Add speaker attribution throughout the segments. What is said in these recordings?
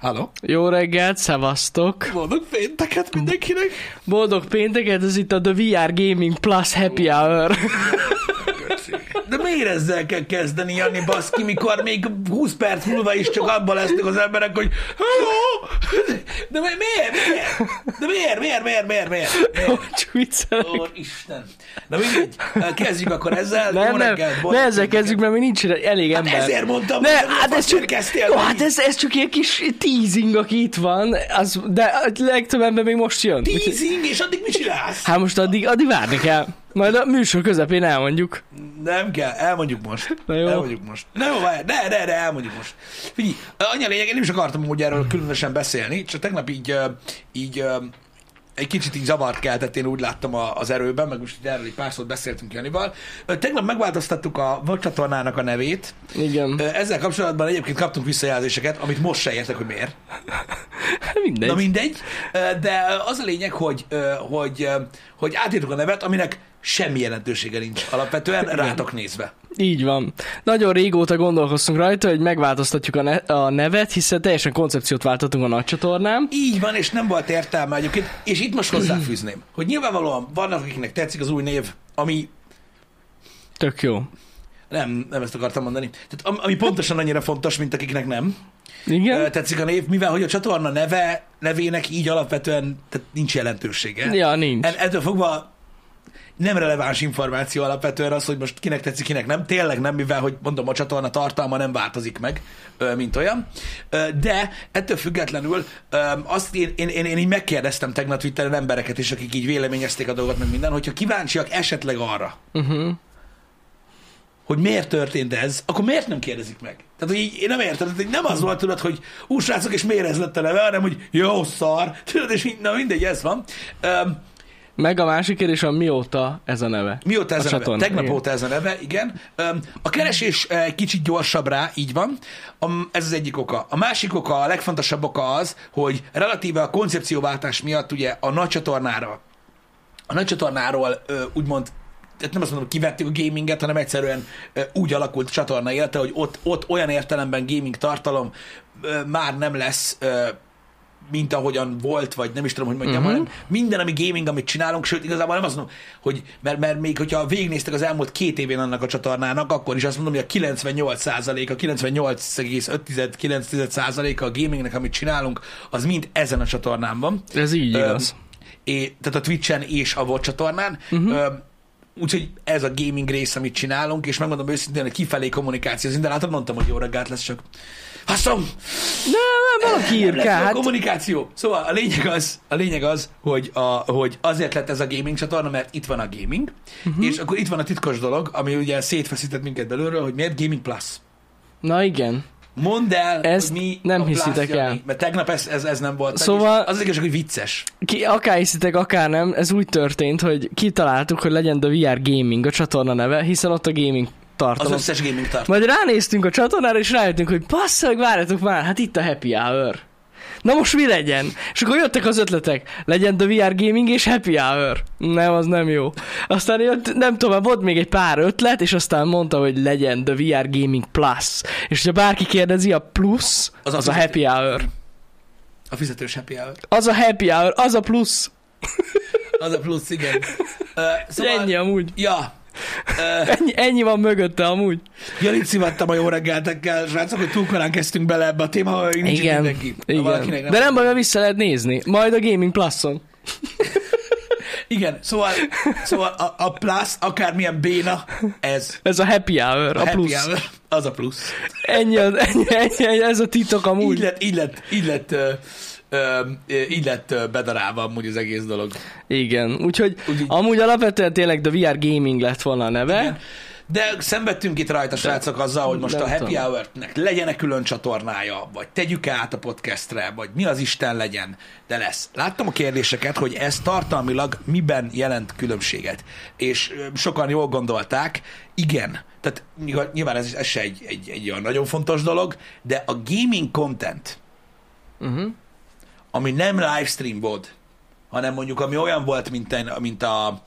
Speaker 1: Halló?
Speaker 2: Jó reggelt, szevasztok!
Speaker 1: Boldog pénteket mindenkinek!
Speaker 2: Boldog pénteket, ez itt a The VR Gaming Plus Happy Hour.
Speaker 1: De miért ezzel kell kezdeni, Jani Baszki, mikor még 20 perc múlva is csak abban lesznek az emberek, hogy Halló! De mi- miért? miért? De miért? Miért? Miért? Miért? miért?
Speaker 2: Hogy viccelek.
Speaker 1: Ó, Isten! Na mindegy, kezdjük akkor ezzel.
Speaker 2: Nem,
Speaker 1: Jó
Speaker 2: nem,
Speaker 1: reggelt, boldog
Speaker 2: ne ezzel
Speaker 1: pénteket.
Speaker 2: kezdjük, mert még nincs re- elég
Speaker 1: Hát
Speaker 2: ember.
Speaker 1: ezért mondtam,
Speaker 2: ne,
Speaker 1: hogy nem
Speaker 2: hát ez csak,
Speaker 1: kezdtél.
Speaker 2: jó, hát ez, ez csak ilyen kis teasing, aki itt van, az, de a legtöbb ember még most jön. Úgyhogy-
Speaker 1: Teasing, és addig mit csinálsz?
Speaker 2: Hát most addig, addig várni kell. Majd a műsor közepén elmondjuk.
Speaker 1: Nem kell, elmondjuk most.
Speaker 2: Na jó.
Speaker 1: Elmondjuk most. Na jó, várj, ne, ne, ne, elmondjuk most. Figyelj, annyi a lényeg, én nem is akartam hogy erről különösen beszélni, csak tegnap így, ö, így ö, egy kicsit így zavart keltett, én úgy láttam a- az erőben, meg most így erről egy pár szót beszéltünk Janival. Ö, Tegnap megváltoztattuk a VOD csatornának a nevét.
Speaker 2: Igen.
Speaker 1: Ö, Ezzel kapcsolatban egyébként kaptunk visszajelzéseket, amit most se értek, hogy miért.
Speaker 2: Hát Mindegy.
Speaker 1: Na mindegy, Ö, de az a lényeg, hogy, ö, hogy, ö, hogy átírtuk a nevet, aminek semmi jelentősége nincs
Speaker 2: Hát
Speaker 1: alapvetően rátok nézve.
Speaker 2: Így van. Nagyon régóta gondolkoztunk rajta, hogy megváltoztatjuk a, ne- a nevet, hiszen teljesen koncepciót váltottunk a nagy csatornán.
Speaker 1: Így van, és nem volt értelme egyébként. És itt most hozzáfűzném, hogy nyilvánvalóan vannak, akiknek tetszik az új név, ami
Speaker 2: Tök jó.
Speaker 1: nem, nem ezt akartam mondani. Tehát am- ami pontosan annyira fontos, mint akiknek nem
Speaker 2: Igen?
Speaker 1: ö, tetszik a név, mivel hogy a csatorna neve, nevének így alapvetően tehát nincs jelentősége.
Speaker 2: Ja, nincs.
Speaker 1: En, Hát ettől fogva nem releváns információ alapvetően az, hogy most kinek tetszik, kinek nem. Tényleg nem, mivel, hogy mondom, a csatorna tartalma nem változik meg, ö, mint olyan. Ö, De ettől függetlenül ö, azt én, én, én, én így megkérdeztem tegnap Twitteren embereket is, akik így véleményezték a dolgot, meg minden, hogyha kíváncsiak esetleg arra,
Speaker 2: Uh-huh.
Speaker 1: hogy miért történt ez, akkor miért nem kérdezik meg? Tehát, hogy így, én nem értem, tehát így nem az volt, tudod, hogy ú, srácok, és miért ez lett a neve, hanem, hogy jó, szar, tudod, és így, na mindegy, ez van. Öm,
Speaker 2: Meg a másik kérdés, van, mióta ez a neve?
Speaker 1: Mióta ez a, neve?
Speaker 2: csatorna,
Speaker 1: Tegnap
Speaker 2: igen.
Speaker 1: óta ez a neve, igen. Öm, A keresés eh, kicsit gyorsabb rá, így van. Am- Ez az egyik oka. A másik oka, a legfontosabb oka az, hogy relatíve a koncepcióváltás miatt ugye a nagy csatornára, a nagy csatornáról ö, úgymond tehát nem azt mondom, hogy kivettük a gaminget, hanem egyszerűen ö, úgy alakult a csatorna élete, hogy ott, ott olyan értelemben gaming tartalom ö, már nem lesz ö, mint ahogyan volt, vagy nem is tudom, hogy mondjam,
Speaker 2: Mhm.
Speaker 1: uh-huh. hanem minden, ami gaming, amit csinálunk, sőt, igazából nem azt mondom, hogy, mert, mert még hogyha végignéztek az elmúlt két évén annak a csatornának, akkor is azt mondom, hogy a 98%, a 98,5-9%-a a gamingnek, amit csinálunk, az mind ezen a csatornán van.
Speaker 2: Ez így
Speaker 1: Öm,
Speaker 2: igaz. Mhm.
Speaker 1: É, tehát a Twitch-en és a VOD csatornán. Uh-huh. Úgyhogy ez a gaming rész, amit csinálunk, és megmondom őszintén, hogy kifelé kommunikáció. Az minden mondtam, hogy jó reggelt lesz csak. Haszom!
Speaker 2: Nem, nem, valaki
Speaker 1: Nem lesz
Speaker 2: írká,
Speaker 1: hát...
Speaker 2: hát
Speaker 1: kommunikáció. Szóval a lényeg az, a lényeg az hogy, a, hogy azért lett ez a gaming csatorna, mert itt van a gaming,
Speaker 2: Mhm.
Speaker 1: uh-huh. és akkor itt van a titkos dolog, ami ugye szétfeszített minket belülről, hogy miért Gaming Plus.
Speaker 2: Na igen.
Speaker 1: Mondd el,
Speaker 2: Ezt
Speaker 1: hogy mi
Speaker 2: nem
Speaker 1: a Plus
Speaker 2: hiszitek
Speaker 1: Jani,
Speaker 2: el.
Speaker 1: Mert tegnap ez, ez, ez nem volt.
Speaker 2: Szóval-
Speaker 1: Az az igazság, hogy vicces.
Speaker 2: Ki, akár hiszitek, akár nem, ez úgy történt, hogy kitaláltuk, hogy legyen a VR Gaming a csatorna neve, hiszen ott a gaming
Speaker 1: Az
Speaker 2: tartalom.
Speaker 1: összes gaming tart.
Speaker 2: Majd ránéztünk a csatornára, és rájöttünk, hogy basszeg, várjatok már, hát itt a happy hour. Na most mi legyen? És akkor jöttek az ötletek. Legyen The VR Gaming és Happy Hour. Nem, az nem jó. Aztán jött, nem tudom, volt még egy pár ötlet, és aztán mondta, hogy legyen The VR Gaming Plus. És ha bárki kérdezi, a plusz,
Speaker 1: Az
Speaker 2: az,
Speaker 1: a
Speaker 2: az a Happy Hour.
Speaker 1: A fizetős happy hour.
Speaker 2: Az a Happy Hour, az a plusz.
Speaker 1: Az a plusz, igen. Uh,
Speaker 2: Szóval... Ennyi amúgy.
Speaker 1: Ja. Uh,
Speaker 2: Ennyi, ennyi van mögötte amúgy.
Speaker 1: Jalit szivattam a jó reggeltekkel, srácok, hogy túl korán kezdtünk bele ebbe a témába, hogy nincs itt
Speaker 2: Igen.
Speaker 1: mindenki. Ha
Speaker 2: Igen.
Speaker 1: valakinek
Speaker 2: De nem baj, mert vissza lehet nézni. Majd a Gaming Plus-on.
Speaker 1: Igen, szóval, szóval a, a plusz, akármilyen béna, ez
Speaker 2: Ez a Happy Hour, a,
Speaker 1: happy
Speaker 2: plusz.
Speaker 1: hour, az a plusz.
Speaker 2: Ennyi, az, ennyi, ennyi, ennyi, ez a titok
Speaker 1: Úgy. Így
Speaker 2: amúgy.
Speaker 1: lett, így lett, így lett, ö, ö, ö, így lett ö, bedarálva amúgy az egész dolog.
Speaker 2: Igen, úgyhogy
Speaker 1: Úgy így.
Speaker 2: amúgy alapvetően tényleg The VR Gaming lett volna a neve.
Speaker 1: Igen. De szenvedtünk itt rajta, srácok, azzal, hogy most
Speaker 2: nem
Speaker 1: a Happy
Speaker 2: tudom.
Speaker 1: Hour-nek legyen külön csatornája, vagy tegyük át a podcastre, vagy mi az Isten legyen, de lesz. Láttam a kérdéseket, hogy ez tartalmilag miben jelent különbséget. És ö, sokan jól gondolták, igen. Tehát nyilván- nyilván ez, ez se egy, egy, egy olyan nagyon fontos dolog, de a gaming content,
Speaker 2: Uh-huh.
Speaker 1: ami nem livestream volt, hanem mondjuk ami olyan volt, mint, a- mint a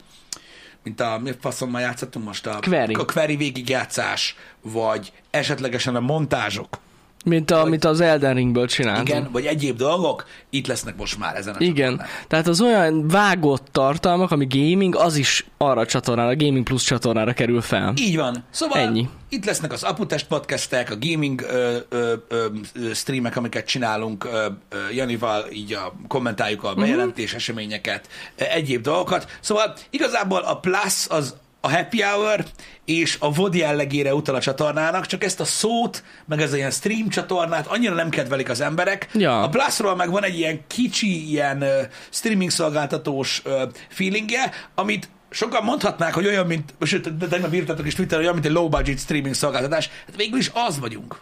Speaker 1: mint a, mi faszommal játszottunk most? A
Speaker 2: Query.
Speaker 1: A query végigjátszás, vagy esetlegesen a montázsok,
Speaker 2: Mint a,
Speaker 1: Vagy-
Speaker 2: amit az Elden Ringből csináltunk.
Speaker 1: Igen, vagy egyéb dolgok, itt lesznek most már ezen a
Speaker 2: Igen,
Speaker 1: csatornán.
Speaker 2: tehát az olyan vágott tartalmak, ami gaming, az is arra a csatornára, a Gaming Plus csatornára kerül fel.
Speaker 1: Így van. Szóval
Speaker 2: Ennyi.
Speaker 1: itt lesznek az Aputest podcastek, a gaming ö, ö, ö, ö, streamek, amiket csinálunk ö, ö, Janival, így a, kommentáljuk
Speaker 2: Mhm.
Speaker 1: a bejelentés eseményeket, ö, egyéb dolgokat. Szóval igazából a Plus az a happy hour és a VOD jellegére utal a csatornának, csak ezt a szót, meg ez a ilyen stream csatornát annyira nem kedvelik az emberek.
Speaker 2: Ja.
Speaker 1: A Plusról meg van egy ilyen kicsi, ilyen ö, streaming szolgáltatós ö, feelingje, amit sokan mondhatnák, hogy olyan, mint, sőt, de tegnap írtatok is Twitteren, olyan, mint egy low budget streaming szolgáltatás. Hát végül is az vagyunk.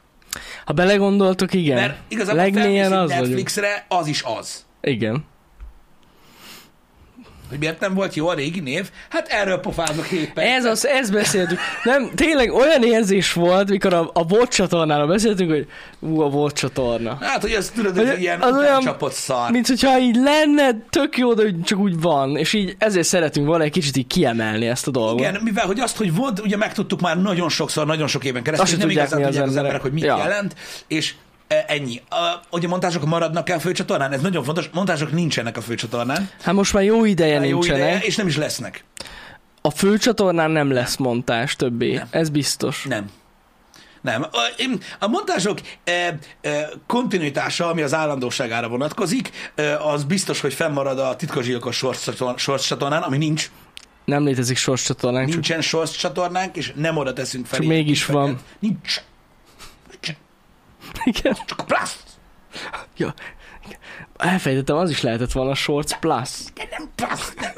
Speaker 2: Ha belegondoltok, igen.
Speaker 1: Mert igazából
Speaker 2: Legmélyen
Speaker 1: felmész
Speaker 2: az
Speaker 1: egy
Speaker 2: vagyunk.
Speaker 1: Netflixre, az is az.
Speaker 2: Igen.
Speaker 1: Hogy miért nem volt jó a régi név? Hát erről pofázok éppen.
Speaker 2: Ez az, ezt beszéltük. Nem, tényleg olyan érzés volt, mikor a, a volt csatornáról beszéltünk, hogy ú, a volt csatorna.
Speaker 1: Hát, hogy az tudod, hogy
Speaker 2: Hogy
Speaker 1: ilyen
Speaker 2: az olyan-
Speaker 1: csapott szar.
Speaker 2: Mint hogyha így lenne, tök jó, de úgy- csak úgy van. És így ezért szeretünk volna egy kicsit így kiemelni ezt a dolgot.
Speaker 1: Igen, mivel hogy azt, hogy VOD, ugye megtudtuk már nagyon sokszor, nagyon sok éven keresztül, hogy
Speaker 2: Azt se
Speaker 1: nem
Speaker 2: tudják,
Speaker 1: igazán
Speaker 2: mi az
Speaker 1: tudják az emberek,
Speaker 2: emberek,
Speaker 1: hogy mit
Speaker 2: ja.
Speaker 1: jelent, és e, ennyi. A, ugye montások maradnak el főcsatornán? Ez nagyon fontos. Montások nincsenek a főcsatornán.
Speaker 2: Hát most már jó ideje
Speaker 1: Jó
Speaker 2: nincsenek.
Speaker 1: ideje, és nem is lesznek.
Speaker 2: A főcsatornán nem lesz montás többé.
Speaker 1: Nem.
Speaker 2: Ez biztos.
Speaker 1: Nem. Nem. A, én- a montások e, e, kontinuitása, ami az állandóságára vonatkozik, e, az biztos, hogy fennmarad a titkosgyilkos sorsz- sorszcsatornán, ami nincs.
Speaker 2: Nem létezik sorscsatornánk, csak
Speaker 1: Nincsen sorszcsatornánk, és nem oda teszünk fel.
Speaker 2: Csak
Speaker 1: ilyen
Speaker 2: mégis
Speaker 1: tippeket.
Speaker 2: van.
Speaker 1: Nincs. Nincs.
Speaker 2: igen.
Speaker 1: Csak a plusz.
Speaker 2: Ja. Elfejtettem, az is lehetett volna a Shorts Plus.
Speaker 1: De nem plusz. Nem.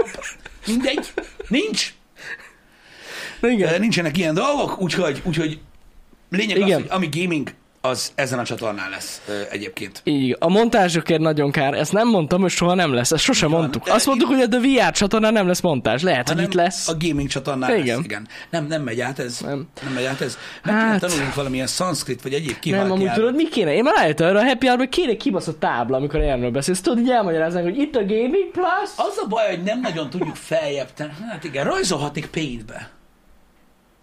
Speaker 1: Mindegy. Nincs.
Speaker 2: Na
Speaker 1: Ö,
Speaker 2: igen.
Speaker 1: Nincsenek ilyen dolgok, úgyhogy, úgyhogy lényeg Igen.
Speaker 2: Igen.
Speaker 1: az, hogy ami gaming, az ezen a csatornán lesz ö, egyébként.
Speaker 2: Így, a montázsokért nagyon kár. Ezt nem mondtam, hogy soha nem lesz. Ezt sosem
Speaker 1: van,
Speaker 2: mondtuk.
Speaker 1: de-
Speaker 2: Azt mondtuk, hogy a The VR csatornán nem lesz montázs. Lehet, hogy
Speaker 1: Hanem
Speaker 2: itt lesz.
Speaker 1: A gaming csatornán
Speaker 2: Igen.
Speaker 1: lesz, igen. Nem, nem megy át ez. Nem,
Speaker 2: Nem.
Speaker 1: nem megy át ez. Meg hát...
Speaker 2: Hát.
Speaker 1: kéne tanuljunk valamilyen szanszkrit, vagy egyéb kihalt
Speaker 2: nem, amúgy
Speaker 1: nyelvet.
Speaker 2: tudod, mi kéne? Én már rájöttem arra a happy hour kéne egy kibaszott tábla, amikor erről beszélsz. Tudod, így elmagyaráznánk, hogy itt a Gaming Plus.
Speaker 1: Az a baj, hogy nem nagyon tudjuk feljebb tenni. Hát igen, rajzolhatnék paintbe.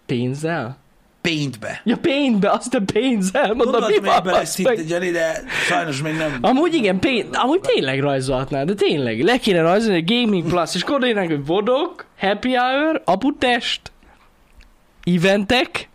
Speaker 2: Pénzzel?
Speaker 1: Paintbe.
Speaker 2: Ja, paintbe, azt a pénzzel, mondom, mi
Speaker 1: Gondoltam,
Speaker 2: van,
Speaker 1: hogy lesz
Speaker 2: basz
Speaker 1: itt
Speaker 2: meg? Ah.
Speaker 1: egy Jani, de sajnos még nem.
Speaker 2: Amúgy igen, paint, amúgy tényleg rajzolhatnál, de tényleg, le kéne rajzolni egy Gaming Plus, és koordinálnánk, hogy vodok, happy hour, aputest, eventek,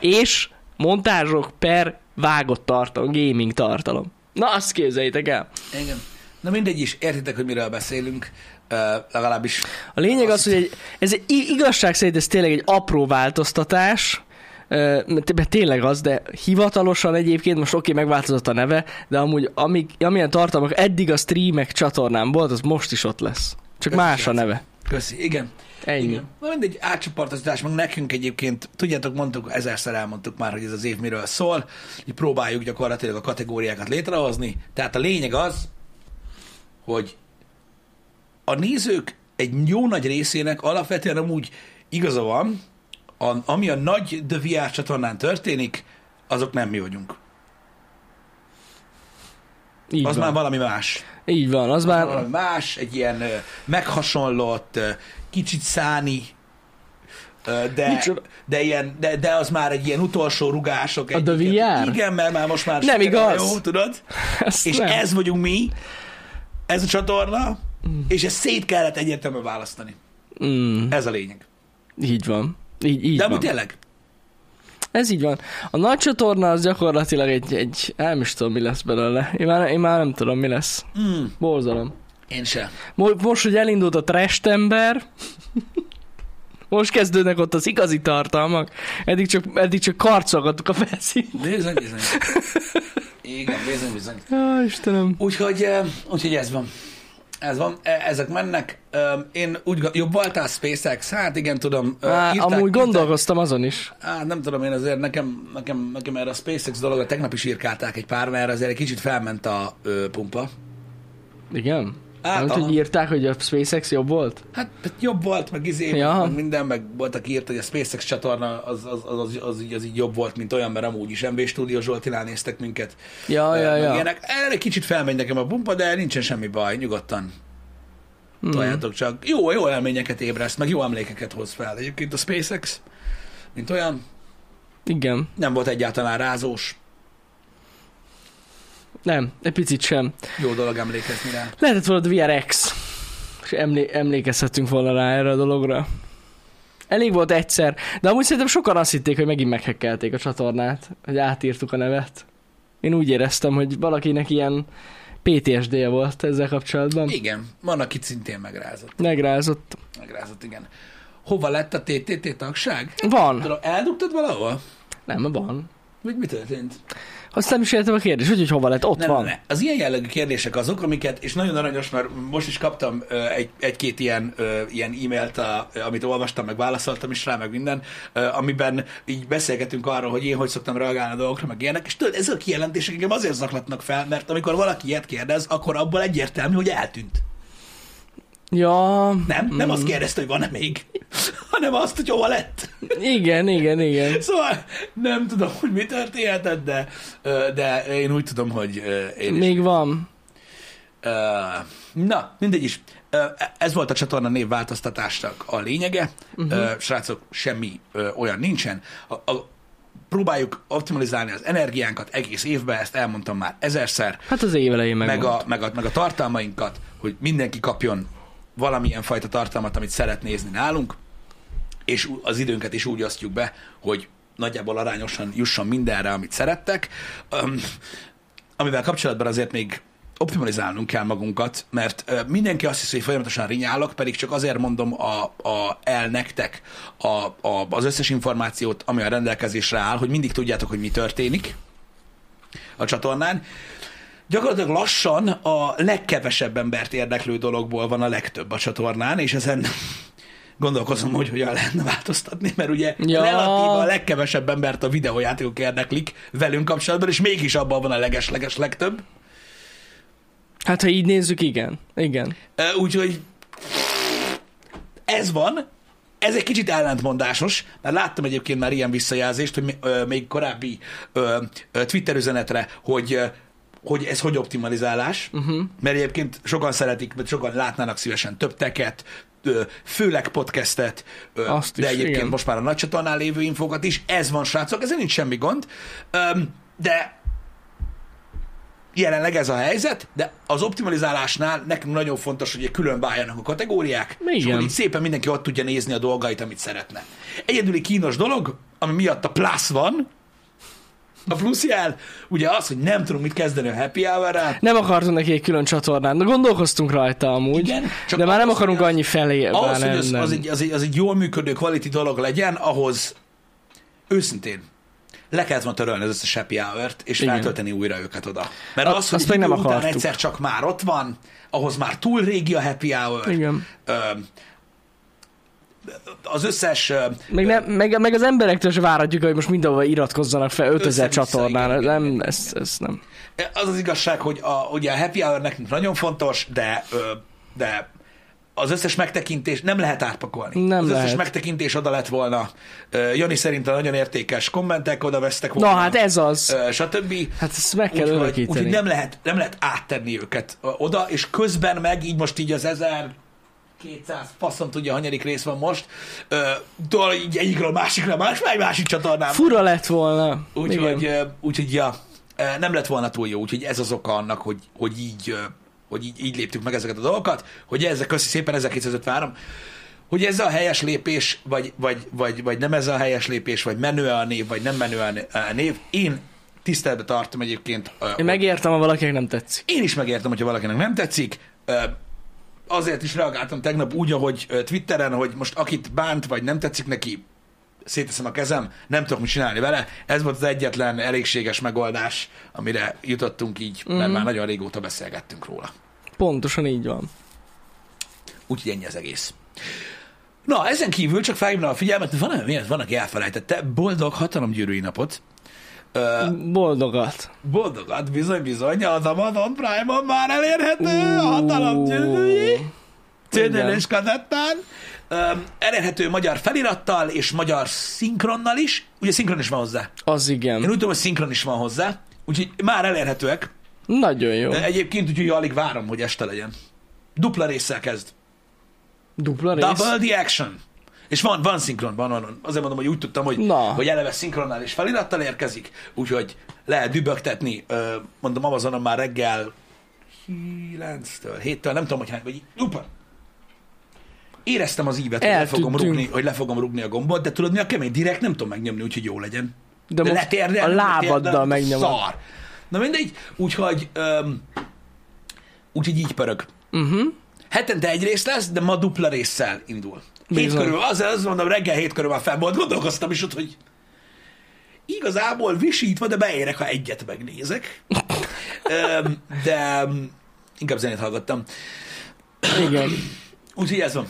Speaker 2: és montázsok per vágott tartalom, gaming tartalom. Na, azt képzeljétek el.
Speaker 1: Igen. Na mindegy is, értitek, hogy miről beszélünk. Ö, legalábbis
Speaker 2: A lényeg
Speaker 1: Azt
Speaker 2: az, hogy egy, ez egy, i- igazság szerint ez tényleg egy apró változtatás, Ö, mert mert tényleg az, de hivatalosan egyébként, most oké, megváltozott a neve, de amúgy amíg, amilyen tartalmak eddig a streamek csatornán volt, az most is ott lesz. Csak
Speaker 1: Köszi,
Speaker 2: más a
Speaker 1: Laci.
Speaker 2: neve.
Speaker 1: Köszi, igen.
Speaker 2: Ennyi.
Speaker 1: Igen. Na mindegy, átcsoportosítás, meg nekünk egyébként, tudjátok, mondtuk, ezerszer elmondtuk már, hogy ez az év miről szól, így próbáljuk gyakorlatilag a kategóriákat létrehozni. Tehát a lényeg az, hogy a nézők egy jó nagy részének alapvetően amúgy igaza van, a, ami a nagy The VR csatornán történik, azok nem mi vagyunk.
Speaker 2: Így
Speaker 1: az
Speaker 2: van.
Speaker 1: már valami más.
Speaker 2: Így van, az már...
Speaker 1: valami más, egy ilyen ö, meghasonlott, ö, kicsit száni, ö, de,
Speaker 2: Micsoda?
Speaker 1: de, ilyen, de, de az már egy ilyen utolsó rugások.
Speaker 2: A The
Speaker 1: egyik-
Speaker 2: VR?
Speaker 1: Igen, mert már most már
Speaker 2: Nem
Speaker 1: sikerül,
Speaker 2: igaz.
Speaker 1: Jó, tudod?
Speaker 2: Ezt
Speaker 1: És
Speaker 2: nem.
Speaker 1: ez vagyunk mi, ez a csatorna, és ezt szét kellett egyértelműen választani.
Speaker 2: Mm,
Speaker 1: Ez a lényeg.
Speaker 2: így van. Így, így
Speaker 1: De amúgy
Speaker 2: van.
Speaker 1: tényleg,
Speaker 2: Ez így van. A nagy csatorna az gyakorlatilag egy, egy... El is tudom, mi lesz belőle. Én már, én már nem tudom, mi lesz.
Speaker 1: mm,
Speaker 2: Borzalom.
Speaker 1: én sem.
Speaker 2: Mo- Most, hogy elindult a Trestember, most kezdődnek ott az igazi tartalmak. Eddig csak, eddig csak karcolgattuk a felszínt.
Speaker 1: Bizony, bizony. Igen, bizony, bizony.
Speaker 2: Á, Istenem.
Speaker 1: Úgyhogy, eh, úgyhogy ez van. Ez van, e- ezek mennek. Öm, Én úgy gond- jobb voltál SpaceX? Hát igen, tudom. Ö,
Speaker 2: Á,
Speaker 1: írták-
Speaker 2: amúgy
Speaker 1: írták-
Speaker 2: gondolkoztam azon is.
Speaker 1: Hát nem tudom, én azért nekem, nekem, nekem erre a SpaceX dologra tegnap is írkálták egy pár, mert azért egy kicsit felment a ö, pumpa.
Speaker 2: Igen?
Speaker 1: Hát,
Speaker 2: Hát,
Speaker 1: aha.
Speaker 2: hogy írták, hogy a SpaceX jobb volt?
Speaker 1: Hát hát jobb volt, meg izé,
Speaker 2: Ja.
Speaker 1: meg minden, meg volt, aki írt, hogy a SpaceX csatorna az, az, az, az, az, így, az így jobb volt, mint olyan, mert amúgy is MV Studio Zsoltinál néztek minket.
Speaker 2: Ja,
Speaker 1: Ö,
Speaker 2: ja,
Speaker 1: meg
Speaker 2: ja.
Speaker 1: Ilyenek. Erre egy kicsit felmegy nekem a pumpa, de nincsen semmi baj, nyugodtan.
Speaker 2: Hmm.
Speaker 1: Toljátok csak. Jó, jó élményeket ébreszt, meg jó emlékeket hoz fel. Egyébként a SpaceX, mint olyan,
Speaker 2: Igen.
Speaker 1: nem volt egyáltalán rázós.
Speaker 2: Nem, egy picit sem.
Speaker 1: Jó dolog emlékezni rá.
Speaker 2: Lehetett volna VRX, és emlé- emlékezhetünk volna rá erre a dologra. Elég volt egyszer, de amúgy szerintem sokan azt hitték, hogy megint meghekkelték a csatornát, hogy átírtuk a nevet. Én úgy éreztem, hogy valakinek ilyen PTSD-je volt ezzel kapcsolatban.
Speaker 1: Igen, van, aki szintén megrázott.
Speaker 2: Megrázott.
Speaker 1: Megrázott, igen. Hova lett a TTT tagság?
Speaker 2: Van.
Speaker 1: Tudom, eldugtad valahol?
Speaker 2: Nem, van.
Speaker 1: Vagy mi történt?
Speaker 2: Azt nem is értem a kérdést, hogy, hogy hova lett. Ott
Speaker 1: Nem,
Speaker 2: van.
Speaker 1: nem, nem. Az ilyen jellegű kérdések azok, amiket, és nagyon aranyos, mert most is kaptam ö, egy, egy-két ilyen, ö, ilyen e-mailt, a, ö, amit olvastam, meg válaszoltam is rá, meg minden, ö, amiben így beszélgetünk arról, hogy én hogy szoktam reagálni a dolgokra, meg ilyenek, és tudod, ezek a kijelentések engem azért zaklatnak fel, mert amikor valaki ilyet kérdez, akkor abból egyértelmű, hogy eltűnt.
Speaker 2: Ja.
Speaker 1: Nem? Nem
Speaker 2: mm.
Speaker 1: azt kérdezte, hogy van-e még, hanem azt, hogy hova lett.
Speaker 2: Igen, igen, igen.
Speaker 1: Szóval nem tudom, hogy mi történhetett, de, ö, de én úgy tudom, hogy ö, én is
Speaker 2: Még van.
Speaker 1: Uh, na, mindegy is. Uh, ez volt a csatorna névváltoztatásnak a lényege. Uh-huh. Uh, srácok, semmi uh, olyan nincsen. A, a, próbáljuk optimalizálni az energiánkat egész évben, ezt elmondtam már ezerszer,
Speaker 2: Hát az évelején meg,
Speaker 1: meg a, meg, a, meg a tartalmainkat, hogy mindenki kapjon valamilyen fajta tartalmat, amit szeret nézni nálunk, és ú- az időnket is úgy osztjuk be, hogy nagyjából arányosan jusson mindenre, amit szerettek. Um, amivel kapcsolatban azért még optimalizálnunk kell magunkat, mert ö, mindenki azt hiszi, hogy folyamatosan rinyálok, pedig csak azért mondom a, a, el nektek a, a, az összes információt, ami a rendelkezésre áll, hogy mindig tudjátok, hogy mi történik a csatornán. Gyakorlatilag lassan a legkevesebb embert érdeklő dologból van a legtöbb a csatornán, és ezen gondolkozom, hogy hogyan lehetne változtatni, mert ugye ja.
Speaker 2: Ja.
Speaker 1: relatíva a legkevesebb embert a videójátékok érdeklik velünk kapcsolatban, és mégis abban van a leges-leges legtöbb.
Speaker 2: Hát ha így nézzük, igen. Igen.
Speaker 1: Ö, Úgyhogy ez van. Ez egy kicsit ellentmondásos, mert láttam egyébként már ilyen visszajelzést, hogy mi- ö, még korábbi ö, ö, Twitter üzenetre, hogy ö, hogy ez hogy optimalizálás,
Speaker 2: Mhm.
Speaker 1: uh-huh. mert egyébként sokan szeretik, mert sokan látnának szívesen több teket, ö, főleg podcastet, ö,
Speaker 2: Azt
Speaker 1: de
Speaker 2: is,
Speaker 1: egyébként
Speaker 2: igen.
Speaker 1: most már a nagy csatornál lévő infokat is, ez van srácok, ezzel nincs semmi gond, Öm, de jelenleg ez a helyzet, de az optimalizálásnál nekünk nagyon fontos, hogy külön váljanak a kategóriák, és
Speaker 2: Igen.
Speaker 1: akkor így szépen mindenki ott tudja nézni a dolgait, amit szeretne. Egyedüli kínos dolog, ami miatt a plusz van, a plusz jel, ugye az, hogy nem tudunk mit kezdeni a happy hour
Speaker 2: Nem akartunk neki egy külön csatornát, de gondolkoztunk rajta amúgy,
Speaker 1: Igen,
Speaker 2: Igen,
Speaker 1: csak
Speaker 2: de már nem
Speaker 1: ahhoz,
Speaker 2: akarunk
Speaker 1: hogy az-
Speaker 2: annyi felé.
Speaker 1: ahhoz,
Speaker 2: már nem,
Speaker 1: hogy az,
Speaker 2: nem.
Speaker 1: az, egy, az, egy, az egy jól működő quality dolog legyen, ahhoz őszintén le kellett volna törölni az összes happy hour-t, és
Speaker 2: Igen.
Speaker 1: feltölteni újra őket oda. Mert
Speaker 2: A-
Speaker 1: az, hogy
Speaker 2: azt
Speaker 1: egy
Speaker 2: meg nem
Speaker 1: idő után
Speaker 2: akartuk.
Speaker 1: egyszer csak már ott van, ahhoz már túl régi a happy hour.
Speaker 2: Igen.
Speaker 1: Ö, az összes ö,
Speaker 2: Meg, nem, meg, meg, az emberektől se váratjuk, hogy most mindenhol iratkozzanak fel 5000
Speaker 1: Össze-vissza,
Speaker 2: csatornára.
Speaker 1: igen, igen,
Speaker 2: Nem,
Speaker 1: igen,
Speaker 2: ez, ez nem.
Speaker 1: Az az igazság, hogy a, ugye a happy hour nekünk nagyon fontos, de, ö, de az összes megtekintés nem lehet átpakolni.
Speaker 2: Nem
Speaker 1: az összes
Speaker 2: lehet.
Speaker 1: megtekintés oda lett volna. Ö, Jani szerint a nagyon értékes kommentek oda vesztek
Speaker 2: Na
Speaker 1: volna.
Speaker 2: hát ez az.
Speaker 1: ö, stb.
Speaker 2: Hát ezt meg kell
Speaker 1: Úgyhogy úgyhogy
Speaker 2: örökíteni.
Speaker 1: nem lehet, nem lehet áttenni őket ö, oda, és közben meg így most így az 1200 faszom tudja, hanyadik rész van most, ö, tudod, így egyikről a másikra, más, egy másik csatornában.
Speaker 2: Fura lett volna. Igen.
Speaker 1: Úgyhogy, ö, úgyhogy ja, ö, nem lett volna túl jó, úgyhogy ez az oka annak, hogy, hogy így ö, hogy így, így léptük meg ezeket a dolgokat, hogy ezek köszi szépen 1953, hogy ez a helyes lépés, vagy, vagy, vagy, vagy nem ez a helyes lépés, vagy menő a név, vagy nem menő a név. Én tiszteletbe tartom egyébként. ö,
Speaker 2: Én megértem, ha valakinek nem tetszik.
Speaker 1: én is megértem, hogyha valakinek nem tetszik. Ö, Azért is reagáltam tegnap úgy, ahogy ö, Twitteren, hogy most akit bánt, vagy nem tetszik neki, széteszem a kezem, nem tudok mit csinálni vele. Ez volt az egyetlen elégséges megoldás, amire jutottunk így, mert már nagyon régóta beszélgettünk róla.
Speaker 2: Pontosan így van.
Speaker 1: Úgyhogy ennyi az egész. Na, ezen kívül csak felhívnám a figyelmet, hogy valami miatt van, aki elfelejtette. Boldog hatalomgyűrűi napot. Ö,
Speaker 2: Boldogat.
Speaker 1: Boldogat, bizony, bizony, az Amazon Prime-on már elérhető, a
Speaker 2: Ú.
Speaker 1: hatalomgyűrűi.
Speaker 2: Igen.
Speaker 1: Cédelés kazettán. Öm, elérhető magyar felirattal és magyar szinkronnal is. Ugye szinkron is van hozzá.
Speaker 2: Az
Speaker 1: Én
Speaker 2: igen.
Speaker 1: úgy tudom, hogy szinkron is van hozzá. Úgyhogy már elérhetőek.
Speaker 2: Nagyon jó.
Speaker 1: Ö, Egyébként úgyhogy alig várom, hogy este legyen. Dupla résszel kezd.
Speaker 2: Dupla rész.
Speaker 1: Double the action. És van, van szinkron, van, van, van. Azért mondom, hogy úgy tudtam, hogy,
Speaker 2: Na.
Speaker 1: hogy eleve szinkronnál és felirattal érkezik, úgyhogy lehet dübögtetni, ö, mondom, Amazonon már reggel 9-től, 7-től, nem tudom, hogy hány, vagy upa. Éreztem az ívet, hogy le, fogom
Speaker 2: Eltűntünk.
Speaker 1: rugni, hogy le fogom rugni a gombot, de tudod mi a kemény? Direkt nem tudom megnyomni, úgyhogy jó legyen.
Speaker 2: De most
Speaker 1: letérni,
Speaker 2: a
Speaker 1: nem letérni,
Speaker 2: lábaddal megnyomod.
Speaker 1: Szar. Na mindegy, úgyhogy, öm, úgyhogy így pörög.
Speaker 2: Uh-huh.
Speaker 1: Hetente egy rész lesz, de ma dupla résszel indul. Hét
Speaker 2: Bizony.
Speaker 1: körül, az, az mondom, reggel hét körül már fel volt, gondolkoztam is ott, hogy igazából visítva, de beérek, ha egyet megnézek. Öm, de öm, inkább zenét hallgattam.
Speaker 2: Igen.
Speaker 1: Úgyhogy ez van.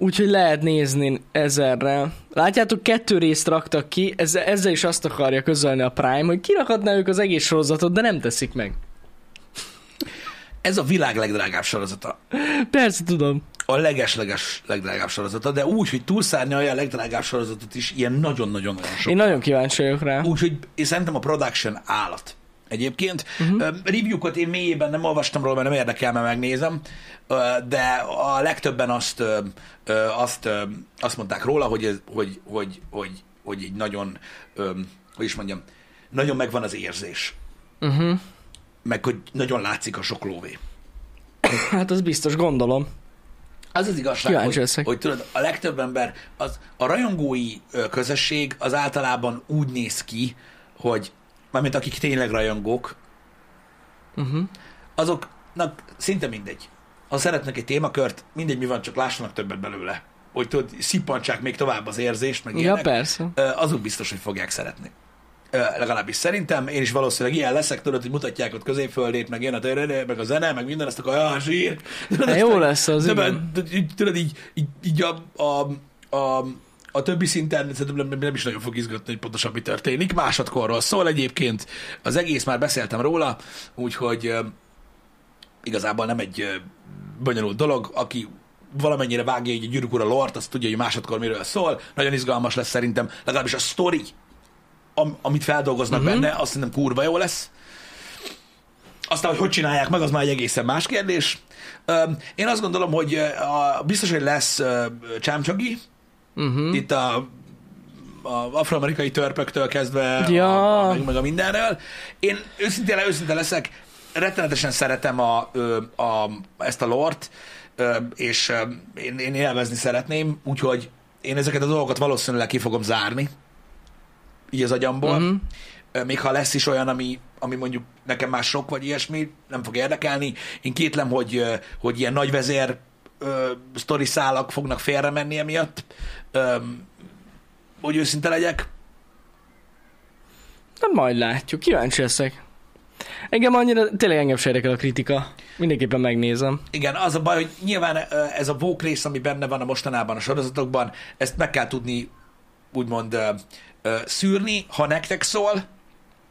Speaker 2: Úgyhogy lehet nézni ezerrel. Látjátok, kettő részt raktak ki, ezzel, ezzel is azt akarja közölni a Prime, hogy kirakhatná ők az egész sorozatot, de nem teszik meg.
Speaker 1: Ez a világ legdrágább sorozata.
Speaker 2: Persze, tudom.
Speaker 1: A leges-leges legdrágább sorozata, de úgy, hogy túlszárnyalja a legdrágább sorozatot is, ilyen nagyon-nagyon-nagyon sok.
Speaker 2: Én nagyon kíváncsi vagyok rá.
Speaker 1: Úgyhogy én szerintem a production állat. Egyébként uh-huh. review-kat én mélyében nem olvastam róla, mert nem érdekel, mert megnézem, Ö, de a legtöbben azt, ö, ö, azt, ö, azt mondták róla, hogy, ez, hogy, hogy, hogy, hogy így nagyon, ö, hogy is mondjam, nagyon megvan az érzés.
Speaker 2: Uh-huh.
Speaker 1: Meg hogy nagyon látszik a sok lóvé.
Speaker 2: Hát az biztos, gondolom.
Speaker 1: Az az igazság,
Speaker 2: Kíváncsi
Speaker 1: hogy,
Speaker 2: leszek.
Speaker 1: hogy tudod, a legtöbb ember, az, a rajongói ö, közösség az általában úgy néz ki, hogy mármint akik tényleg rajongók,
Speaker 2: Uh-huh.
Speaker 1: azoknak szinte mindegy. Ha szeretnek egy témakört, mindegy mi van, csak lássanak többet belőle. Hogy tudod, szippantsák még tovább az érzést, meg
Speaker 2: Ja,
Speaker 1: ilyenek.
Speaker 2: persze.
Speaker 1: Ö, azok biztos, hogy fogják szeretni. Ö, Legalábbis szerintem, én is valószínűleg ilyen leszek, tudod, hogy mutatják ott középföldét, meg jön a törő, meg a zene, meg minden, azt akkor, ah, zsír. Tudod,
Speaker 2: De
Speaker 1: aztán-
Speaker 2: Hát jó lesz Szóval az,
Speaker 1: de
Speaker 2: igen.
Speaker 1: bár- így- Tudod, így, így, így a, a, a, a többi szinten szerintem nem, nem is nagyon fog izgatni, hogy pontosan mi történik. Másodkorról szól egyébként, az egész már beszéltem róla, úgyhogy ö, igazából nem egy ö, bonyolult dolog, aki valamennyire vágja így a gyűrűk ura lort, azt tudja, hogy másodkor miről szól. Nagyon izgalmas lesz szerintem, legalábbis a sztori, am, amit feldolgoznak
Speaker 2: Mhm.
Speaker 1: uh-huh. benne, azt szerintem kurva jó lesz. Aztán, hogy hogy csinálják meg, az már egy egészen más kérdés. Öm, Én azt gondolom, hogy ö, a- biztos, hogy lesz ö, csámcsagi,
Speaker 2: Uh-huh.
Speaker 1: itt a, a afroamerikai törpöktől kezdve,
Speaker 2: Ja.
Speaker 1: a, a, meg, meg a mindenről. Én őszintén őszinte leszek, rettenetesen szeretem a, ö, a, ezt a lort, ö, és ö, én, én élvezni szeretném, úgyhogy én ezeket a dolgokat valószínűleg ki fogom zárni, így az agyamból.
Speaker 2: Mhm.
Speaker 1: Uh-huh. Még ha lesz is olyan, ami, ami mondjuk nekem már sok, vagy ilyesmi, nem fog érdekelni. Én kétlem, hogy, ö, hogy ilyen nagy vezér ö, sztori szálak fognak félre menni emiatt. Ö, hogy őszinte legyek,
Speaker 2: Na Hát majd látjuk, kíváncsi leszek. Engem annyira, tényleg engem se érdekel a kritika. Mindenképpen megnézem.
Speaker 1: Igen, az a baj, hogy nyilván ö, ez a vók rész, ami benne van a mostanában a sorozatokban, ezt meg kell tudni úgymond ö, ö, szűrni, ha nektek szól,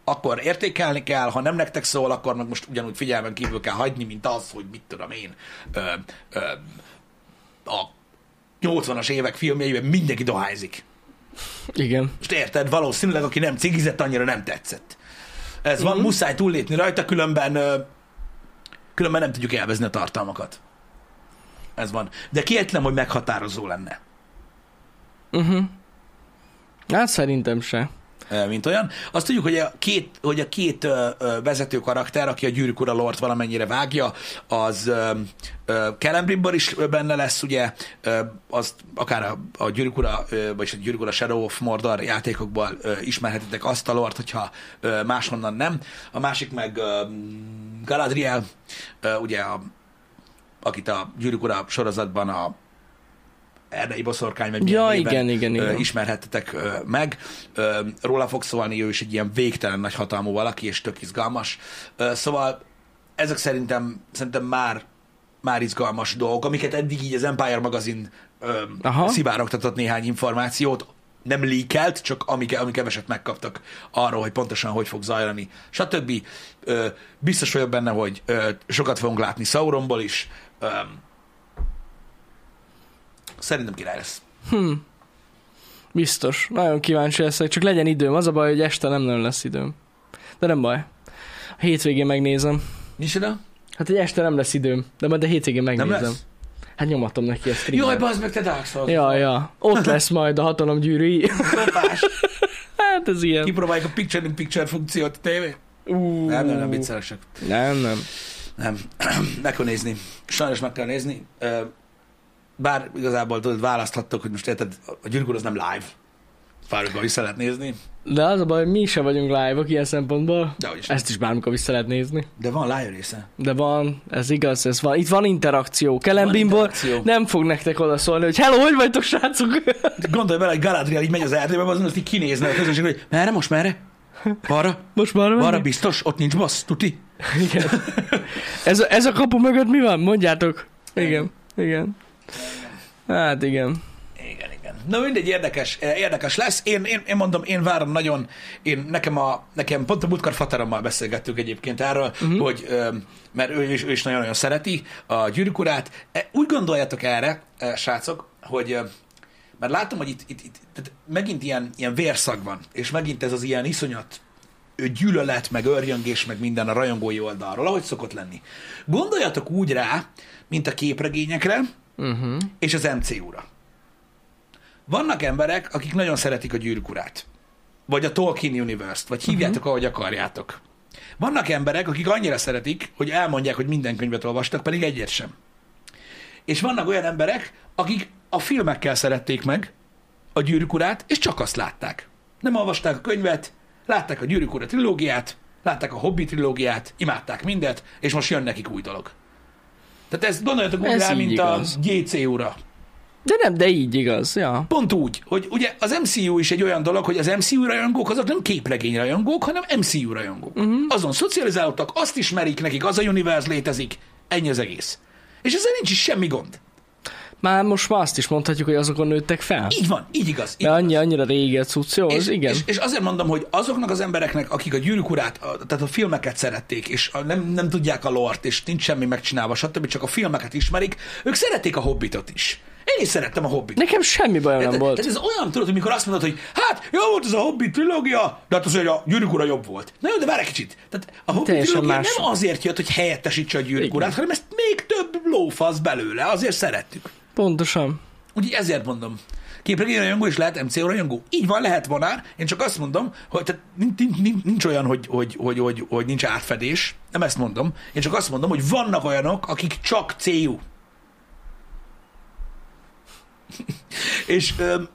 Speaker 1: akkor értékelni kell, ha nem nektek szól, akkor meg most ugyanúgy figyelmen kívül kell hagyni, mint az, hogy mit tudom én, ö, ö, a 80-as évek filmjeiben mindenki dohányzik.
Speaker 2: Igen.
Speaker 1: Most érted, valószínűleg aki nem cigizett, annyira nem tetszett. Ez van, muszáj túllépni rajta, különben, ö, különben nem tudjuk elvezni a tartalmakat. Ez van. De kiejtlem, hogy meghatározó lenne,
Speaker 2: Uh-huh. Hát szerintem se.
Speaker 1: ö, mint olyan. Azt tudjuk, hogy a két, hogy a két ö, ö, vezető karakter, aki a gyűrűk ura lort valamennyire vágja, az ö, ö, Kellen Brimbar is benne lesz, ugye, ö, azt akár a, a gyűrűk ura, ö, vagyis a gyűrűk ura Shadow of Mordor játékokból ö, ismerhetitek azt a lort, hogyha ö, máshonnan nem. A másik meg ö, Galadriel, ö, ugye a, akit a gyűrűk ura sorozatban a erdei boszorkány, vagy milyen
Speaker 2: Ja,
Speaker 1: néven,
Speaker 2: igen, igen,
Speaker 1: ö,
Speaker 2: igen.
Speaker 1: ismerhettetek ö, meg. Ö, Róla fog szólni, ő is egy ilyen végtelen nagy hatalmú valaki, és tök izgalmas. Ö, Szóval ezek szerintem, szerintem már, már izgalmas dolgok, amiket eddig így az Empire magazin ö,
Speaker 2: Aha.
Speaker 1: szivárogtatott néhány információt, nem leakelt, csak ami, ami keveset megkaptak arról, hogy pontosan hogy fog zajlani, stb. Ö, biztos vagyok benne, hogy ö, sokat fogunk látni Sauronból is. Ö, szerintem király lesz.
Speaker 2: Biztos. Nagyon kíváncsi leszek, csak legyen időm. Az a baj, hogy este nem nagyon lesz időm. De nem baj. A hétvégén megnézem.
Speaker 1: Nincs ide?
Speaker 2: Hát egy este nem lesz időm, de majd a hétvégén
Speaker 1: Nem
Speaker 2: megnézem.
Speaker 1: lesz?
Speaker 2: Hát nyomatom neki a streamet.
Speaker 1: Jaj, bazd meg, te Dark Souls.
Speaker 2: Ja, ja. Ott lesz majd a hatalom gyűrűi.
Speaker 1: Dobás.
Speaker 2: hát ez ilyen.
Speaker 1: Kipróbáljuk a picture in picture funkciót a tévé.
Speaker 2: Uh,
Speaker 1: Nem, nem, nem, viccelek csak.
Speaker 2: Nem, nem.
Speaker 1: Nem. meg kell nézni. Sajnos meg kell nézni. Ö, Bár igazából tudod, választhattok, hogy most érted, a gyűrűk az nem live. Fárjukban vissza lehet nézni,
Speaker 2: De az a baj, hogy mi sem vagyunk live-ok ilyen szempontból.
Speaker 1: de hogy is.
Speaker 2: Ezt is bármikor vissza lehet nézni.
Speaker 1: De van live része.
Speaker 2: De van, ez igaz, ez van. Itt van interakció. Kellen
Speaker 1: Van
Speaker 2: Bimbor
Speaker 1: interakció.
Speaker 2: nem fog nektek odaszólni, hogy hello, hogy vagytok, srácok?
Speaker 1: Gondolj bele, hogy Galadriel így megy az erdőbe, azon azt így kinézne a közönség, hogy merre most, merre? Balra?
Speaker 2: Most már
Speaker 1: Balra
Speaker 2: menjünk?
Speaker 1: biztos? Ott nincs bassz, tuti?
Speaker 2: Igen. Ez, a- ez a kapu mögött mi van? Mondjátok. Igen. Igen. Hát igen.
Speaker 1: Igen, igen. Na mindegy, érdekes, eh, érdekes lesz. Én, én, én mondom, én várom nagyon, én nekem a, nekem pont a Butkar Fatarommal beszélgettünk egyébként erről, uh-huh. hogy, öm, mert ő is, ő is nagyon-nagyon szereti a gyűrűkurát. Eh, Úgy gondoljatok erre, eh, srácok, hogy öm, mert látom, hogy itt, itt, itt tehát megint ilyen, ilyen vérszag van, és megint ez az ilyen iszonyat ö, gyűlölet, meg örjöngés, meg minden a rajongói oldalról, ahogy szokott lenni. Gondoljatok úgy rá, mint a képregényekre,
Speaker 2: Uh-huh.
Speaker 1: és az MCU-ra. Vannak emberek, akik nagyon szeretik a gyűrűkurát, vagy a Tolkien Universe-t, vagy hívjátok,
Speaker 2: Mhm.
Speaker 1: uh-huh. ahogy akarjátok. Vannak emberek, akik annyira szeretik, hogy elmondják, hogy minden könyvet olvastak, pedig egyet sem. És vannak olyan emberek, akik a filmekkel szerették meg a gyűrűkurát, és csak azt látták. Nem olvasták a könyvet, látták a gyűrűkura trilógiát, látták a Hobbi trilógiát, imádták mindet, és most jön nekik új dolog. Tehát ezt gondoljatok úgy
Speaker 2: Ez
Speaker 1: rá,
Speaker 2: így
Speaker 1: mint
Speaker 2: igaz.
Speaker 1: a GCU-ra.
Speaker 2: De nem, de így igaz, ja.
Speaker 1: Pont úgy, hogy ugye az MCU is egy olyan dolog, hogy az MCU rajongók azok nem képregény rajongók, hanem MCU rajongók.
Speaker 2: Mhm.
Speaker 1: Uh-huh. Azon szocializálódtak, azt ismerik nekik, az a univerz létezik, ennyi az egész. És ezzel nincs is semmi gond.
Speaker 2: Már most már azt is mondhatjuk, hogy azokon nőttek fel.
Speaker 1: Így van, így igaz. Így
Speaker 2: De annyi, annyira régi a cucc, jó, az
Speaker 1: és,
Speaker 2: igen.
Speaker 1: És, és azért mondom, hogy azoknak az embereknek, akik a gyűrűk urát, a, tehát a filmeket szerették, és a, nem, nem tudják a lort, és nincs semmi megcsinálva, stb., csak a filmeket ismerik, ők szerették a hobbitot is. Én is szerettem a hobbitot.
Speaker 2: Nekem semmi bajom nem
Speaker 1: Tehát-
Speaker 2: volt.
Speaker 1: Tehát ez olyan, tudod, hogy mikor azt mondod, hogy hát, jó volt ez a Hobbit trilógia, de hát azért a Gyűrűk ura jobb volt. Na jó, de várj egy kicsit. Tehát a Hobbit
Speaker 2: Teljesen
Speaker 1: trilógia
Speaker 2: más.
Speaker 1: nem azért jött, hogy helyettesítse a Gyűrűk
Speaker 2: Igen.
Speaker 1: urát, hanem ezt még több lófasz belőle, azért szerettük.
Speaker 2: Pontosan.
Speaker 1: Úgyhogy ezért mondom. Képregény rajongó is lehet MC rajongó. Így van, lehet vonár. Én csak azt mondom, hogy tehát nincs, nincs, nincs olyan, hogy, hogy, hogy, hogy, hogy nincs átfedés. Nem ezt mondom. Én csak azt mondom, hogy vannak olyanok, akik csak CU. És öm,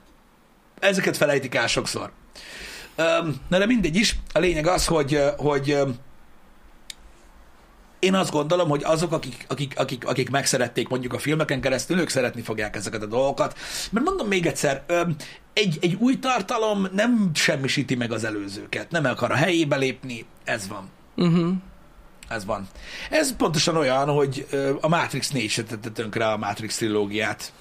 Speaker 1: ezeket felejtik el sokszor. Öm, na de mindegy is. A lényeg az, hogy, ö, hogy öm, én azt gondolom, hogy azok, akik, akik, akik, akik megszerették mondjuk a filmeken keresztül, ők szeretni fogják ezeket a dolgokat. Mert mondom még egyszer, öm, egy, egy új tartalom nem semmisíti meg az előzőket, nem akar a helyébe lépni, ez van.
Speaker 2: Uh-huh.
Speaker 1: Ez van. Ez pontosan olyan, hogy ö, a Matrix 4 se tette tönkre a Matrix trilógiát.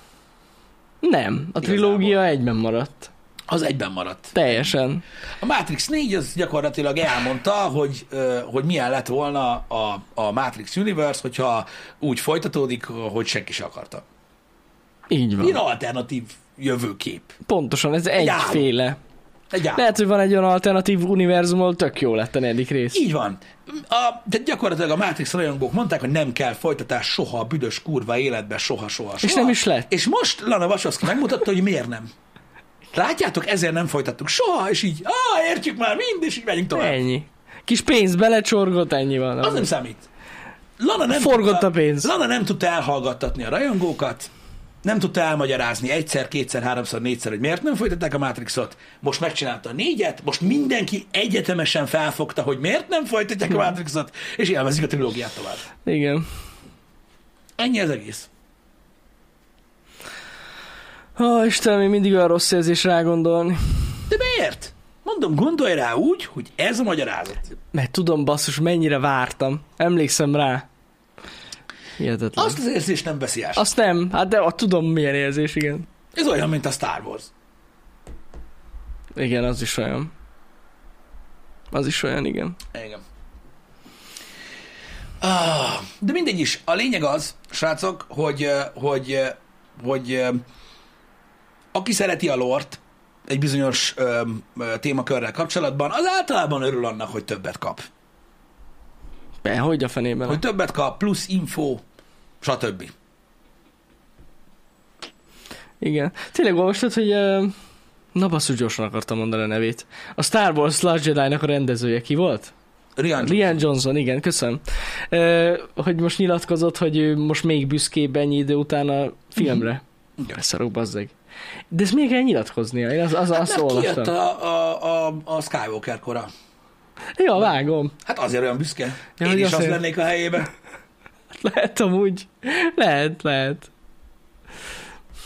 Speaker 2: Nem, a trilógia egyben maradt.
Speaker 1: Az egyben maradt.
Speaker 2: Teljesen.
Speaker 1: A Matrix 4 az gyakorlatilag elmondta, hogy, ö, hogy milyen lett volna a, a Matrix Universe, hogyha úgy folytatódik, hogy senki se akarta.
Speaker 2: Így
Speaker 1: Ilyen
Speaker 2: van.
Speaker 1: alternatív jövőkép.
Speaker 2: Pontosan, ez
Speaker 1: álom.
Speaker 2: egyféle.
Speaker 1: Egy álom.
Speaker 2: Lehet, hogy van egy olyan alternatív univerzum, ahol tök jó lett a negyedik rész.
Speaker 1: Így van. A, de gyakorlatilag a Matrix rajongók mondták, hogy nem kell folytatás soha a büdös kurva életben, soha, soha, soha.
Speaker 2: nem is lett.
Speaker 1: És most Lana Wachowski megmutatta, hogy miért nem. Látjátok, ezért nem folytattuk soha, és így, ah, értjük már mind, és így megyünk tovább.
Speaker 2: Ennyi. Kis pénz belecsorgott, ennyi van.
Speaker 1: Az nem számít. Lana nem
Speaker 2: Forgott
Speaker 1: tudta,
Speaker 2: a pénz.
Speaker 1: Lana nem tudta elhallgattatni a rajongókat, nem tudta elmagyarázni egyszer, kétszer, háromszor, négyszer, hogy miért nem folytatták a Matrixot. Most megcsinálta a négyet, most mindenki egyetemesen felfogta, hogy miért nem folytatják a Matrixot, és élvezik a trilógiát tovább.
Speaker 2: Igen.
Speaker 1: Ennyi az egész.
Speaker 2: Ó, oh, Istenem, én mindig olyan rossz érzés rá gondolni.
Speaker 1: De miért? Mondom, gondolj rá úgy, hogy ez a magyarázat.
Speaker 2: Mert tudom, basszus, mennyire vártam. Emlékszem rá. Hihetetlen.
Speaker 1: Azt
Speaker 2: Azt,
Speaker 1: az érzést nem veszi el.
Speaker 2: azt nem, hát de azt tudom, milyen érzés, igen.
Speaker 1: Ez olyan, mint a Star Wars.
Speaker 2: Igen, az is olyan. Az is olyan, igen.
Speaker 1: Igen. Ah, de mindegy is. A lényeg az, srácok, hogy, eh, hogy, eh, hogy eh, aki szereti a lort egy bizonyos ö, ö, témakörrel kapcsolatban, az általában örül annak, hogy többet kap.
Speaker 2: Be, hogy a
Speaker 1: Hogy
Speaker 2: fenében? Hogy...
Speaker 1: többet kap, plusz info, stb.
Speaker 2: Igen. Tényleg olvastad, hogy... ö, Na basszus, gyorsan akartam mondani a nevét. A Star Wars Last Jedi-nak a rendezője ki volt?
Speaker 1: Rian,
Speaker 2: Rian Johnson, igen, köszönöm. Ö, hogy most nyilatkozott, hogy ő most még büszkébb ennyi idő után a filmre.
Speaker 1: Mhm. Igen.
Speaker 2: Szarok, bazzeg. De ezt miért kell nyilatkoznia? Én az, az, azt
Speaker 1: mert
Speaker 2: olvastam.
Speaker 1: Hát kijött a, a, a, a Skywalker kora.
Speaker 2: Ja, vágom.
Speaker 1: Hát azért olyan büszke.
Speaker 2: Ja,
Speaker 1: Ja, Én
Speaker 2: hogy
Speaker 1: is az
Speaker 2: azért.
Speaker 1: lennék a helyébe.
Speaker 2: Lehet amúgy. Lehet, lehet.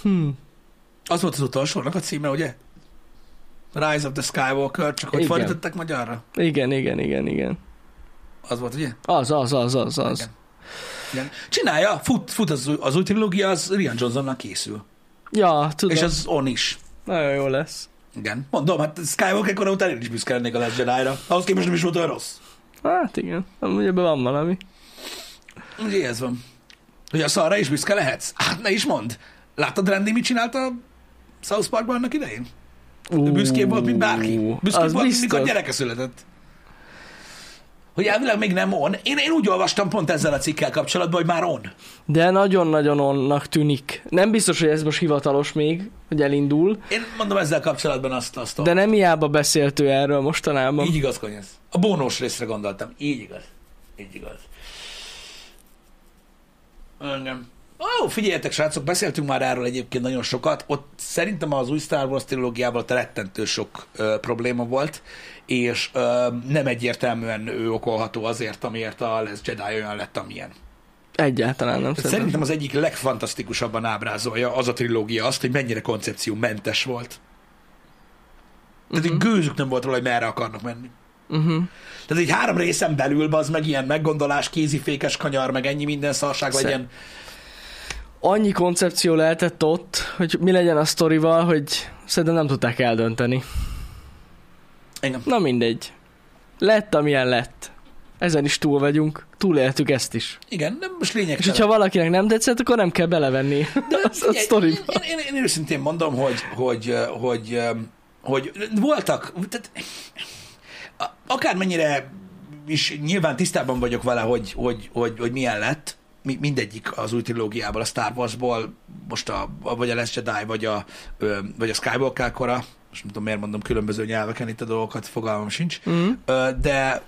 Speaker 2: Hm.
Speaker 1: Az volt az utolsónak a címe, ugye? Rise of the Skywalker, csak hogy
Speaker 2: Igen.
Speaker 1: fordították magyarra.
Speaker 2: Igen, igen, igen, igen.
Speaker 1: Az volt, ugye?
Speaker 2: Az, az, az, az, az.
Speaker 1: Igen. Igen. Csinálja, fut, fut az, új- az új trilógia, az Rian Johnsonnal készül.
Speaker 2: Ja, tudom.
Speaker 1: És az on is.
Speaker 2: Nagyon jó lesz.
Speaker 1: Igen. Mondom, hát Skywalker kora után én is büszke lennék a Last Jedi-ra. Ahhoz képest nem is volt olyan rossz.
Speaker 2: Hát igen, amúgy ebben van valami.
Speaker 1: Ugye ez van. Hogy a szarra is büszke lehetsz? Hát ne is mondd. Láttad Randy mit csinált a South Parkban annak idején? Ő büszkébb volt, mint bárki. Büszkébb volt,
Speaker 2: az
Speaker 1: mint
Speaker 2: biztos.
Speaker 1: mikor gyereke született. Hogy elvileg még nem on. Én, én úgy olvastam pont ezzel a cikkel kapcsolatban, hogy már on.
Speaker 2: De nagyon-nagyon onnak tűnik. Nem biztos, hogy ez most hivatalos még, hogy elindul,
Speaker 1: Én mondom ezzel kapcsolatban azt, azt.
Speaker 2: de nem hiába beszélt ő erről mostanában.
Speaker 1: Így igaz, konyesz. A bónós részre gondoltam. Így igaz. Így igaz. Engem. Ó, figyeljetek, srácok, beszéltünk már erről egyébként nagyon sokat. Ott szerintem az új Star Wars trilógiával ott rettentő sok ö, probléma volt, és ö, nem egyértelműen ő okolható azért, amiért a Last Jedi olyan lett, amilyen.
Speaker 2: Egyáltalán nem
Speaker 1: Tehát
Speaker 2: szerintem.
Speaker 1: szerintem az egyik legfantasztikusabban ábrázolja az a trilógia azt, hogy mennyire koncepciómentes volt. Tehát uh-huh. gőzük nem volt róla, hogy merre akarnak menni.
Speaker 2: Uh-huh.
Speaker 1: Tehát egy három részen belül az meg ilyen meggondolás, kézifékes kanyar, meg ennyi minden szarság
Speaker 2: Szer-
Speaker 1: legyen.
Speaker 2: Annyi koncepció lehetett ott, hogy mi legyen a sztorival, hogy szerintem nem tudták eldönteni.
Speaker 1: Engem.
Speaker 2: Na mindegy. Lett, amilyen lett. Ezen is túl vagyunk. Túléltük ezt is.
Speaker 1: Igen, nem most
Speaker 2: És
Speaker 1: lényegtelen.
Speaker 2: hogyha valakinek nem tetszett, akkor nem kell belevenni De a, a
Speaker 1: Figyelj,
Speaker 2: sztoriba.
Speaker 1: Én, én, én, én őszintén mondom, hogy, hogy, hogy, hogy, hogy voltak, tehát, a- akármennyire is nyilván tisztában vagyok vele, hogy, hogy, hogy, hogy milyen lett, mi- mindegyik az új trilógiából, a Star Warsból, most a, a- vagy a Last Jedi, vagy a, ö, vagy a Skywalker kora, most nem tudom, miért mondom különböző nyelveken itt a dolgokat, fogalmam sincs,
Speaker 2: Mhm.
Speaker 1: Ö, de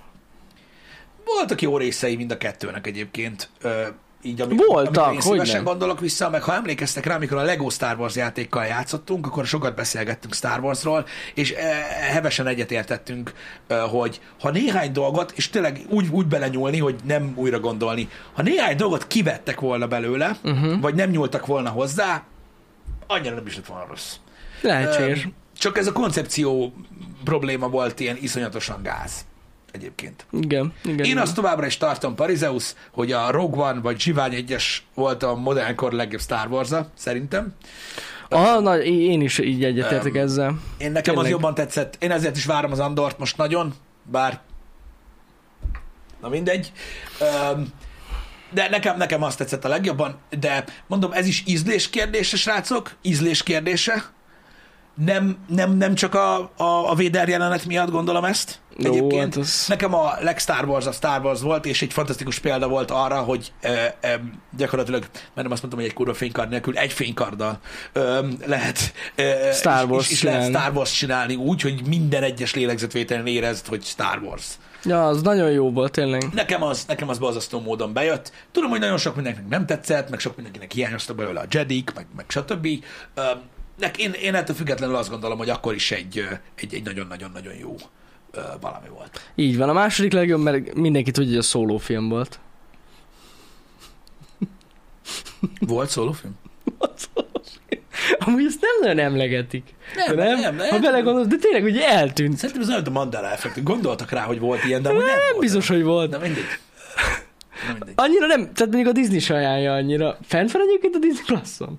Speaker 1: voltak jó részei mind a kettőnek egyébként. Ö, Így, ami,
Speaker 2: Voltak,
Speaker 1: amire én szívesen
Speaker 2: hogyne.
Speaker 1: gondolok vissza, meg ha emlékeztek rá, amikor a Lego Star Wars játékkal játszottunk, akkor sokat beszélgettünk Star Warsról, és eh, hevesen egyetértettünk, eh, hogy ha néhány dolgot, és tényleg úgy, úgy belenyúlni, hogy nem újra gondolni, ha néhány dolgot kivettek volna belőle,
Speaker 2: Mhm.
Speaker 1: uh-huh. vagy nem nyúltak volna hozzá, annyira nem is lett volna rossz.
Speaker 2: Lehetséges.
Speaker 1: Öm, Csak ez a koncepció probléma volt ilyen iszonyatosan gáz egyébként.
Speaker 2: Igen, igen.
Speaker 1: Én
Speaker 2: igen.
Speaker 1: azt továbbra is tartom Parizeus, hogy a Rogue One vagy Zsivány 1-es volt a modernkor legjobb Star wars szerintem.
Speaker 2: Ah, na, í- én is így egyetértek
Speaker 1: Öm,
Speaker 2: ezzel.
Speaker 1: Én nekem Tényleg. az
Speaker 2: Tényleg.
Speaker 1: jobban tetszett. Én ezért is várom az Andort most nagyon, bár na mindegy. Öm, de nekem, nekem azt tetszett a legjobban, de mondom, ez is ízlés kérdése, srácok, ízlés kérdése. Nem, nem, nem csak a, a, a Vader jelenet miatt gondolom ezt.
Speaker 2: Jó,
Speaker 1: Egyébként
Speaker 2: hát az-
Speaker 1: nekem a Leg Star Wars a Star Wars volt, és egy fantasztikus példa volt arra, hogy ö, ö, gyakorlatilag, mert nem azt mondtam, hogy egy kurva fénykard nélkül, egy fénykarddal ö, lehet ö,
Speaker 2: Star
Speaker 1: és-
Speaker 2: Wars
Speaker 1: és, és lehet
Speaker 2: csinálni.
Speaker 1: Star Wars csinálni úgy, hogy minden egyes lélegzetvételen érezd, hogy Star Wars.
Speaker 2: Ja, az nagyon jó volt, tényleg.
Speaker 1: Nekem az, nekem az bazasztó módon bejött. Tudom, hogy nagyon sok mindenkinek nem tetszett, meg sok mindenkinek hiányoztak belőle a Jedik, meg, meg stb. Ö, Nek, én, én ettől függetlenül azt gondolom, hogy akkor is egy, ö, egy, egy nagyon-nagyon-nagyon jó ö, valami volt.
Speaker 2: Így van. A második legjobb, mert mindenki tudja, hogy a szólófilm volt.
Speaker 1: Volt szólófilm?
Speaker 2: Amúgy ezt nem nagyon emlegetik.
Speaker 1: Nem,
Speaker 2: De
Speaker 1: nem, nem.
Speaker 2: Ha belegondolsz, de tényleg ugye eltűnt.
Speaker 1: Szerintem ez olyan a Mandela effekt. Gondoltak rá, hogy volt ilyen, de amúgy nem,
Speaker 2: Nem
Speaker 1: volt.
Speaker 2: biztos, hogy volt.
Speaker 1: Na mindegy. Na mindegy.
Speaker 2: Annyira nem, tehát mondjuk a Disney se ajánlja annyira. Fent van egyébként a Disney Plus-on?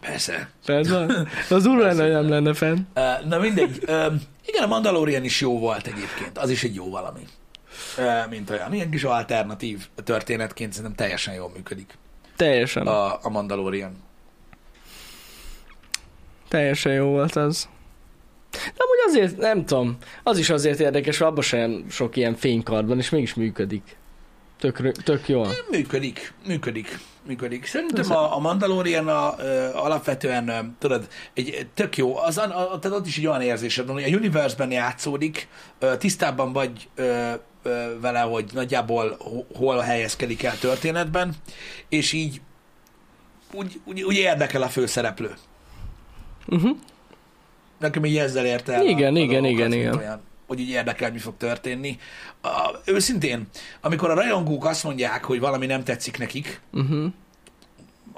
Speaker 1: Persze.
Speaker 2: Fent van? De az úr lenne, hogy nem lenne fent.
Speaker 1: Ö, Na mindegy. Ö, Igen, a Mandalorian is jó volt egyébként. Az is egy jó valami. Ö, Mint olyan. Ilyen kis alternatív történetként szerintem teljesen jól működik
Speaker 2: Teljesen.
Speaker 1: a, a Mandalorian.
Speaker 2: Teljesen jó volt az. De amúgy azért, nem tudom, az is azért érdekes, hogy abban sem sok ilyen fénykard van, és mégis működik. Tök, rö- tök jó.
Speaker 1: Működik, működik, működik. Szerintem a, a Mandalorian a, ö, alapvetően, ö, tudod, egy tök jó, az, a, a, tehát ott is egy olyan érzésed van, hogy a Universe-ben játszódik, ö, tisztában vagy ö, ö, vele, hogy nagyjából ho- hol helyezkedik el történetben, és így úgy, úgy, úgy érdekel a főszereplő.
Speaker 2: Uh-huh.
Speaker 1: Nekem így ezzel ért el. a-
Speaker 2: Igen,
Speaker 1: a
Speaker 2: igen,
Speaker 1: dolgokat,
Speaker 2: igen,
Speaker 1: mint
Speaker 2: igen.
Speaker 1: Olyan, hogy így érdekel, mi fog történni. A, őszintén, amikor a rajongók azt mondják, hogy valami nem tetszik nekik,
Speaker 2: Uh-huh.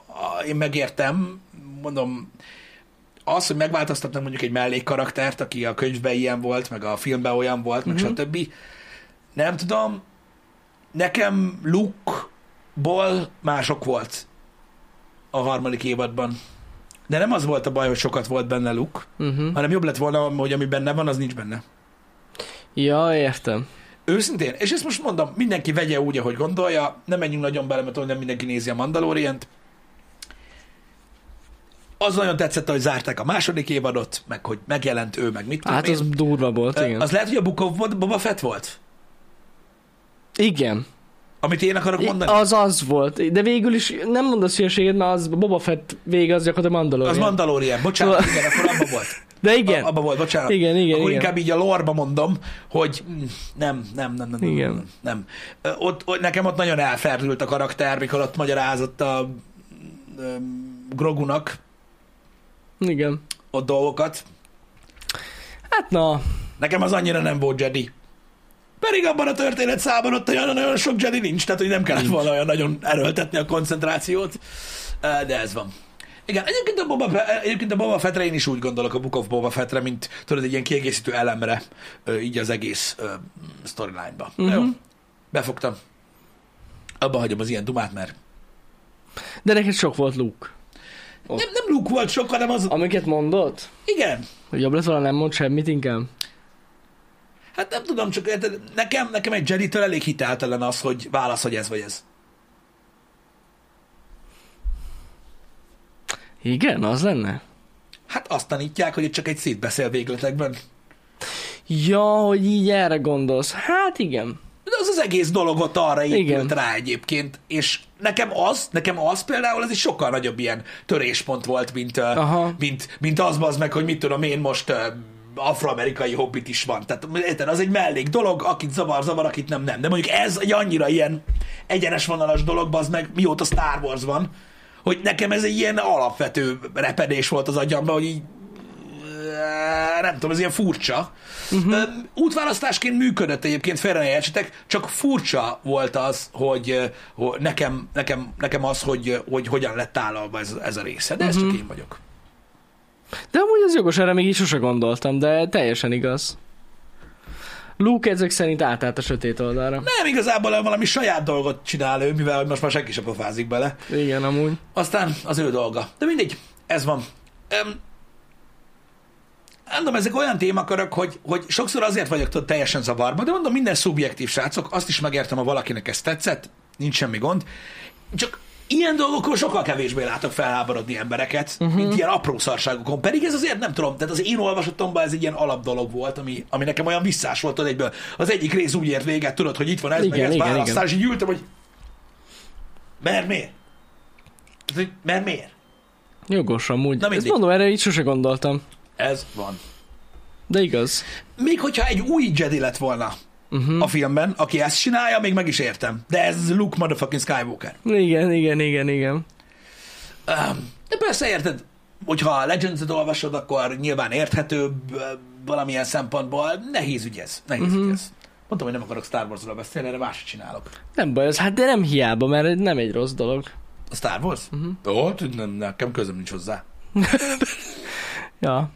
Speaker 1: a- én megértem, mondom, az, hogy megváltoztatnak mondjuk egy mellékkaraktert, aki a könyvben ilyen volt, meg a filmben olyan volt, meg
Speaker 2: Mhm.
Speaker 1: uh-huh. stb. Nem tudom, nekem Luke-ból mások volt a harmadik évadban. De nem az volt a baj, hogy sokat volt benne Luke,
Speaker 2: Uh-huh.
Speaker 1: hanem jobb lett volna, hogy ami benne van, az nincs benne.
Speaker 2: Ja, értem.
Speaker 1: Őszintén, és ezt most mondom, mindenki vegye úgy, ahogy gondolja, nem menjünk nagyon bele, mert nem mindenki nézi a Mandalorient. Az nagyon tetszett, hogy zárták a második évadot, meg hogy megjelent ő, meg mit tudom
Speaker 2: Hát
Speaker 1: én.
Speaker 2: az durva volt,
Speaker 1: Ö,
Speaker 2: igen.
Speaker 1: az lehet, hogy a Book of Boba Fett volt,
Speaker 2: Igen.
Speaker 1: amit én akarok mondani.
Speaker 2: I- Az az volt. De végül is nem mondasz hülyeséget, mert az Boba Fett vége az gyakorlatilag
Speaker 1: Az
Speaker 2: Mandalorian.
Speaker 1: Mandalorian, bocsánat,
Speaker 2: Tudod-
Speaker 1: igen, akkor abba volt.
Speaker 2: De Szóval- igen.
Speaker 1: A, abba volt, bocsánat.
Speaker 2: igen, igen,
Speaker 1: akkor
Speaker 2: igen.
Speaker 1: inkább így a lorba mondom, hogy mm, nem, nem, nem, nem, nem,
Speaker 2: Igen.
Speaker 1: nem, nem. Ö, Ott, ott, nekem ott nagyon elferdült a karakter, mikor ott magyarázott a ö, Grogunak
Speaker 2: Igen.
Speaker 1: ott dolgokat.
Speaker 2: Hát na,
Speaker 1: Nekem az annyira nem volt Jedi. Pedig abban a történetszában ott olyan, olyan sok Jedi nincs, tehát hogy nem kellett volna olyan nagyon erőltetni a koncentrációt, Ö, de ez van. Igen, egyébként a, Boba, Fe- egyébként a Boba Fettre én is úgy gondolok a Book of Boba Fettre, mint tudod, egy ilyen kiegészítő elemre ö, így az egész ö, storyline-ba.
Speaker 2: Mhm.
Speaker 1: Mm-hmm. Jó, befogtam. Abba hagyom az ilyen dumát, mert
Speaker 2: de neked sok volt Luke. Ott.
Speaker 1: nem, nem Luke volt sok, hanem az...
Speaker 2: Amiket mondott?
Speaker 1: Igen,
Speaker 2: Hogy jobb lett volna nem mond semmit inkább?
Speaker 1: hát nem tudom, csak érted, nekem, nekem egy Jedi-től elég hiteltelen az, hogy válasz, hogy ez vagy ez.
Speaker 2: Igen, az lenne.
Speaker 1: Hát azt tanítják, hogy csak egy szét beszél végletekben.
Speaker 2: Ja, hogy így erre gondolsz. Hát igen.
Speaker 1: De az az egész dolog ott arra épült Igen.
Speaker 2: Igen.
Speaker 1: rá egyébként, és nekem az, nekem az például, ez egy sokkal nagyobb ilyen töréspont volt, mint, ö,
Speaker 2: Aha.
Speaker 1: mint, mint az az meg, hogy mit tudom én most ö, afroamerikai hobbit is van. Tehát érted, az egy mellék dolog, akit zavar, zavar, akit nem, nem. De mondjuk ez egy annyira ilyen egyenes vonalas dolog, az meg mióta Star Wars van, hogy nekem ez egy ilyen alapvető repedés volt az agyamban, hogy így Ö, nem tudom, ez ilyen furcsa. Uh-huh. Útválasztásként működött egyébként, félre ne értsetek, csak furcsa volt az, hogy, ö, hogy nekem, nekem, nekem az, hogy, ö, hogy hogyan lett állalva ez, ez a része, de ez uh-huh. csak én vagyok.
Speaker 2: De amúgy az jogos, erre még így sose gondoltam, de teljesen igaz. Luke ezek szerint átállt a sötét oldalra.
Speaker 1: Nem, igazából valami saját dolgot csinál ő, mivel most már senki sem pofázik bele.
Speaker 2: Igen, amúgy.
Speaker 1: Aztán az ő dolga. De mindegy, ez van. Um, mondom, ezek olyan témakörök, hogy, hogy sokszor azért vagyok tudod, teljesen zavarba, de mondom, minden szubjektív srácok, azt is megértem, ha valakinek ez tetszett, nincs semmi gond. Csak ilyen dolgokon sokkal kevésbé látok felháborodni embereket,
Speaker 2: Mhm.
Speaker 1: uh-huh. mint ilyen apró szarságokon. Pedig ez azért nem tudom, tehát az én olvasatomban ez egy ilyen alapdolog volt, ami, ami nekem olyan visszás volt tudod, egyből. Az egyik rész úgy ért véget, tudod, hogy itt van ez, igen, meg
Speaker 2: Igen,
Speaker 1: ez
Speaker 2: igen,
Speaker 1: választás, és így ültem, hogy mert miért? Tehát, hogy Mert miért?
Speaker 2: Jogos amúgy.
Speaker 1: Na
Speaker 2: Na,
Speaker 1: mindig.
Speaker 2: Ezt mondom, erre így sose gondoltam.
Speaker 1: Ez van.
Speaker 2: De igaz.
Speaker 1: Még hogyha egy új Jedi lett volna
Speaker 2: Uh-huh.
Speaker 1: a filmben, aki ezt csinálja, még meg is értem. De ez Luke motherfucking Skywalker.
Speaker 2: Igen, igen, igen, igen.
Speaker 1: Öm, De persze érted, hogyha a Legends-et olvasod, akkor nyilván érthetőbb ö, valamilyen szempontból. Nehéz ügy ez. Nehéz uh-huh. ügy ez. Mondtam, hogy nem akarok Star Wars-ról beszélni, erre más csinálok.
Speaker 2: Nem baj, ez hát de nem hiába, mert ez nem egy rossz dolog.
Speaker 1: A Star Wars? Uh-huh. Ó, tud- nem, nekem közöm nincs hozzá.
Speaker 2: Ja.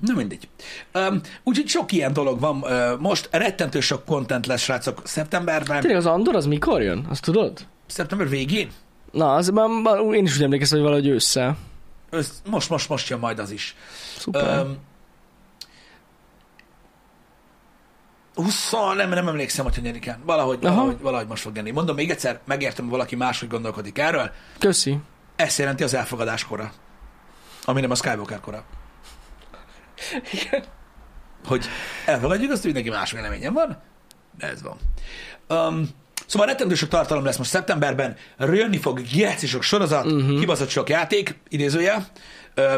Speaker 1: Na mindegy. Um, úgyhogy sok ilyen dolog van. Uh, most rettentő sok content lesz, srácok, szeptemberben.
Speaker 2: Tényleg az Andor az mikor jön? Azt tudod?
Speaker 1: Szeptember végén?
Speaker 2: Na, az, már, már, én is úgy emlékeztem, hogy valahogy ősszel.
Speaker 1: Össz- Most, most, most jön majd az is.
Speaker 2: Szuper.
Speaker 1: Öm, 20, nem, nem emlékszem, hogy hanyadikán. Valahogy,
Speaker 2: Aha.
Speaker 1: valahogy, valahogy most fog lenni. Mondom még egyszer, megértem, hogy valaki máshogy gondolkodik erről.
Speaker 2: Köszi.
Speaker 1: Ez jelenti az elfogadás kora. Ami nem a Skywalker kora. Hogy elfogadjuk, azt hogy mindenki más véleményen van. ez van. Um, szóval rettentő sok tartalom lesz most szeptemberben, jönni fog geci sok sorozat,
Speaker 2: Mhm.
Speaker 1: uh-huh. kibaszott sok játék, idézője, uh,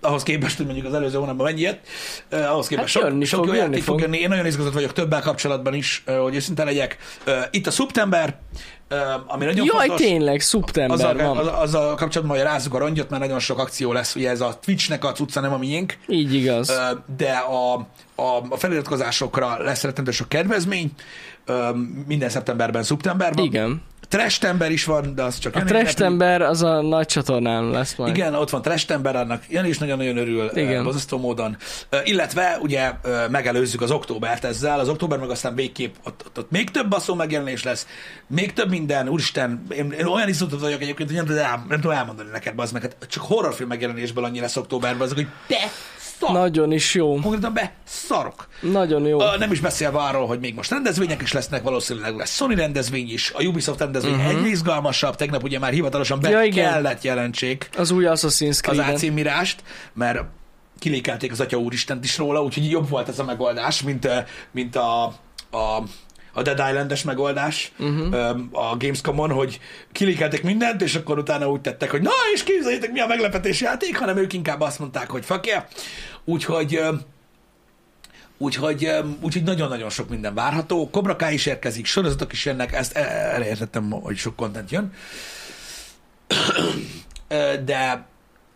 Speaker 1: ahhoz képest, hogy mondjuk az előző hónapban mennyi jött, uh, ahhoz képest
Speaker 2: Hát
Speaker 1: hát
Speaker 2: jönni
Speaker 1: sok, sok
Speaker 2: fog,
Speaker 1: jó
Speaker 2: jönni
Speaker 1: játék fog
Speaker 2: fog.
Speaker 1: jönni. Én nagyon izgatott vagyok többel kapcsolatban is, uh, hogy őszinte legyek. Uh, itt a szeptember, uh, ami nagyon
Speaker 2: Jaj,
Speaker 1: fontos.
Speaker 2: tényleg, szeptember
Speaker 1: Azzal,
Speaker 2: van.
Speaker 1: azzal, azzal kapcsolatban, hogy rázzuk a rongyot, mert nagyon sok akció lesz, ugye ez a Twitchnek a cucca nem a miénk,
Speaker 2: Így igaz.
Speaker 1: Ö, de a, a, a feliratkozásokra lesz rettentő sok kedvezmény, ö, minden szeptemberben, szeptemberben.
Speaker 2: Igen.
Speaker 1: Trestember is van, de az csak
Speaker 2: A
Speaker 1: Jani ünnepi.
Speaker 2: Trestember az a nagy csatornán lesz majd.
Speaker 1: Igen, ott van Trestember, annak Jani is nagyon-nagyon örül
Speaker 2: Igen.
Speaker 1: Igen. bozasztó módon. Ö, Illetve ugye ö, megelőzzük az októbert ezzel, az október meg aztán végképp ott, ott, ott még több baszó megjelenés lesz, még több minden, úristen, én, én olyan izgatott vagyok egyébként, hogy nem tudom, el- nem tudom elmondani neked, bazd meg, hát csak horrorfilm megjelenésből annyi lesz októberben, azok, hogy te szar, Nagy...
Speaker 2: Nagyon is jó.
Speaker 1: konkrétan be szarok.
Speaker 2: Nagyon jó.
Speaker 1: Ö, Nem is beszélve arról, hogy még most rendezvények is lesznek, valószínűleg lesz Sony rendezvény is, a Ubisoft rendezvény uh-huh. egyre izgalmasabb, tegnap ugye már hivatalosan be
Speaker 2: Mhm. Ja,
Speaker 1: ja,
Speaker 2: igen.
Speaker 1: kellett jelentsék
Speaker 2: Az új Assassin's
Speaker 1: az
Speaker 2: Creed.
Speaker 1: ácímírást, mert kilékelték az Atya Úristent is róla, úgyhogy jobb volt ez a megoldás, mint, ö, mint a, a, a Dead Island-es megoldás uh-huh. a Gamescom-on, hogy kilékelték mindent, és akkor utána úgy tettek, hogy na, és képzeljétek, mi a meglepetés játék, hanem ők inkább azt mondták, hogy fuck yeah. Úgyhogy ö, Úgyhogy, öm, úgyhogy nagyon-nagyon sok minden várható. Cobra Kai is érkezik, sorozatok is jönnek, ezt el- elértettem, hogy sok kontent jön. Ö, De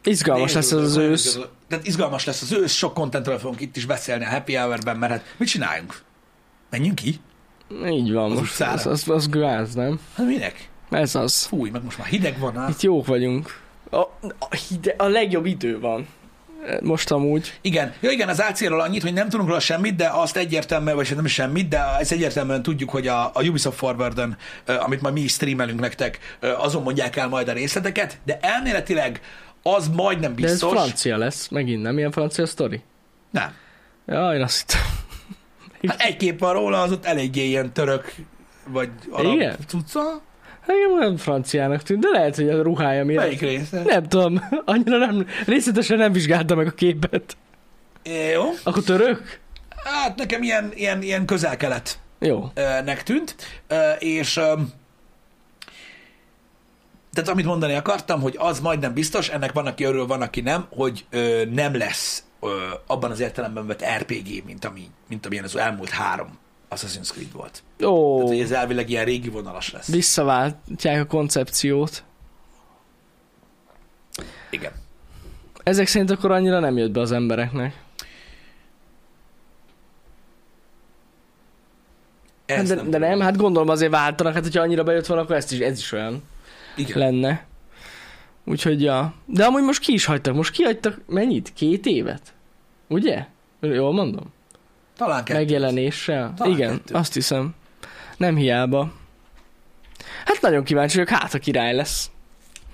Speaker 2: Izgalmas lesz ez az
Speaker 1: Nagyon
Speaker 2: ősz.
Speaker 1: izgalmas. Tehát izgalmas lesz az ősz, sok kontentről fogunk itt is beszélni a Happy Hour-ben, mert hát mit csináljunk? Menjünk ki?
Speaker 2: Így van most.
Speaker 1: utcára.
Speaker 2: Az, az, az gáz, nem?
Speaker 1: Hát minek?
Speaker 2: Ez az.
Speaker 1: Fúj, meg most már hideg van, hát.
Speaker 2: Itt jók vagyunk. A, a, hide, a legjobb idő van. E, Most amúgy.
Speaker 1: Igen, ja, igen, az AC-ról annyit, hogy nem tudunk róla semmit, de azt egyértelműen, vagy nem semmit, de ezt egyértelműen tudjuk, hogy a, a Ubisoft Forward-ön, ö, amit majd mi is streamelünk nektek, ö, azon mondják el majd a részleteket, de elméletileg az majdnem
Speaker 2: De ez
Speaker 1: biztos.
Speaker 2: francia lesz. Megint nem ilyen francia sztori?
Speaker 1: nem.
Speaker 2: Ja, én azt hittem.
Speaker 1: Hát egy kép van róla, az ott eléggé ilyen török, vagy arab
Speaker 2: Igen?
Speaker 1: cucca.
Speaker 2: Engem olyan franciának tűnt, de lehet, hogy a ruhája miatt.
Speaker 1: Melyik része?
Speaker 2: Nem tudom, annyira nem, részletesen nem vizsgálta meg a képet.
Speaker 1: É, Jó.
Speaker 2: Akkor török?
Speaker 1: Hát nekem ilyen, ilyen, ilyen közel-kelet
Speaker 2: Jó.
Speaker 1: ö, nek tűnt, ö, és ö, tehát amit mondani akartam, hogy az majdnem biztos, ennek van, aki örül, van, aki nem, hogy ö, nem lesz ö, abban az értelemben vett RPG, mint, ami, mint amilyen az elmúlt három Assassin's Creed volt.
Speaker 2: Ó,
Speaker 1: Tehát, hogy ez elvileg ilyen régi vonalas lesz.
Speaker 2: visszaváltják a koncepciót.
Speaker 1: Igen.
Speaker 2: Ezek szerint akkor annyira nem jött be az embereknek. Hát
Speaker 1: Ez
Speaker 2: De, nem, de nem, hát gondolom azért váltanak, hát hogyha annyira bejött volna, akkor ezt is, ez is olyan
Speaker 1: Igen.
Speaker 2: lenne. Úgyhogy ja. De amúgy most ki is hagytak, most kihagytak mennyit? Két évet? Ugye? Jól mondom?
Speaker 1: Talán kettő.
Speaker 2: megjelenéssel.
Speaker 1: Talán
Speaker 2: Igen,
Speaker 1: kettő.
Speaker 2: azt hiszem. Nem hiába. Hát nagyon kíváncsi vagyok, hát a király lesz.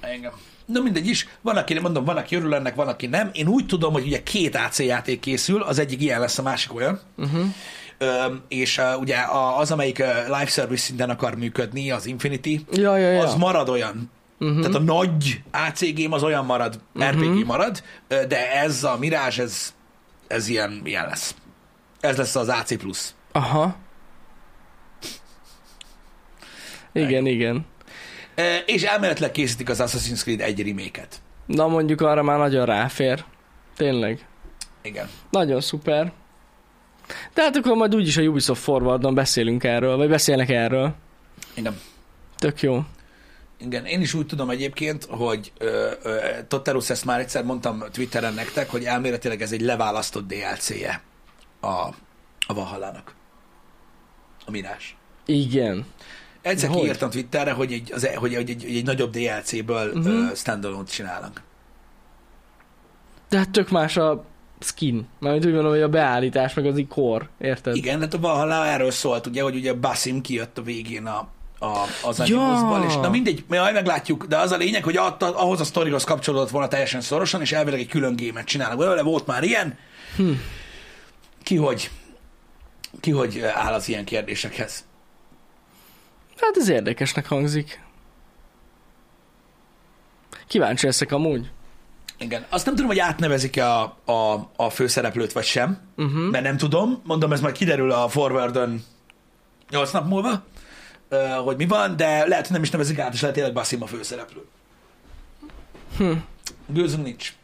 Speaker 1: Engem. Na mindegy is, van, aki, mondom, van, aki örül ennek, van, aki nem. Én úgy tudom, hogy ugye két AC játék készül, az egyik ilyen lesz, a másik olyan.
Speaker 2: Uh-huh.
Speaker 1: Öm, és uh, ugye a- az, amelyik uh, live service szinten akar működni, az Infinity,
Speaker 2: Ja, ja, ja.
Speaker 1: az marad olyan. Uh-huh. Tehát a nagy AC game az olyan marad, uh-huh. RPG marad, ö, de ez a Mirage, ez, ez ilyen, ilyen lesz. Ez lesz az AC+. plusz.
Speaker 2: Aha. Igen, igen.
Speaker 1: Ö, És elméletileg készítik az Assassin's Creed egy reméket.
Speaker 2: Na mondjuk arra már nagyon ráfér. Tényleg.
Speaker 1: Igen.
Speaker 2: Nagyon szuper. Tehát akkor majd úgyis a Ubisoft Forwardon beszélünk erről, vagy beszélnek erről.
Speaker 1: Igen.
Speaker 2: Tök jó.
Speaker 1: Igen, én is úgy tudom egyébként, hogy ö, ö, Totterus, ezt már egyszer mondtam Twitteren nektek, hogy elméletileg ez egy leválasztott DLC-je a, a Valhallának. A Mirás.
Speaker 2: Igen.
Speaker 1: Egyszer
Speaker 2: De hogy?
Speaker 1: kiírtam Twitterre, hogy egy, az, e, hogy egy, egy, egy nagyobb DLC-ből
Speaker 2: Mhm.
Speaker 1: uh-huh. standalone csinálnak.
Speaker 2: De hát tök más a skin. Mármint úgy mondom, hogy a beállítás, meg az ikor. Érted?
Speaker 1: Igen, hát a Valhalla erről szólt, ugye, hogy ugye Basim kijött a végén a, a, az
Speaker 2: Ja.
Speaker 1: animusból, és na mindegy, majd meglátjuk, de az a lényeg, hogy att, ahhoz a sztorihoz kapcsolódott volna teljesen szorosan, és elvileg egy külön gémet csinálnak belőle, volt már ilyen. Hm. Ki hogy, ki hogy áll az ilyen kérdésekhez?
Speaker 2: Hát ez érdekesnek hangzik. Kíváncsi leszek amúgy.
Speaker 1: Igen. Azt nem tudom, hogy átnevezik-e a, a, a főszereplőt, vagy sem,
Speaker 2: Uh-huh.
Speaker 1: mert nem tudom. Mondom, ez majd kiderül a forwardon 8 nap múlva, ö, hogy mi van, de lehet, hogy nem is nevezik át, és lehet tényleg Basim a főszereplő.
Speaker 2: Hm.
Speaker 1: Gőzünk nincs.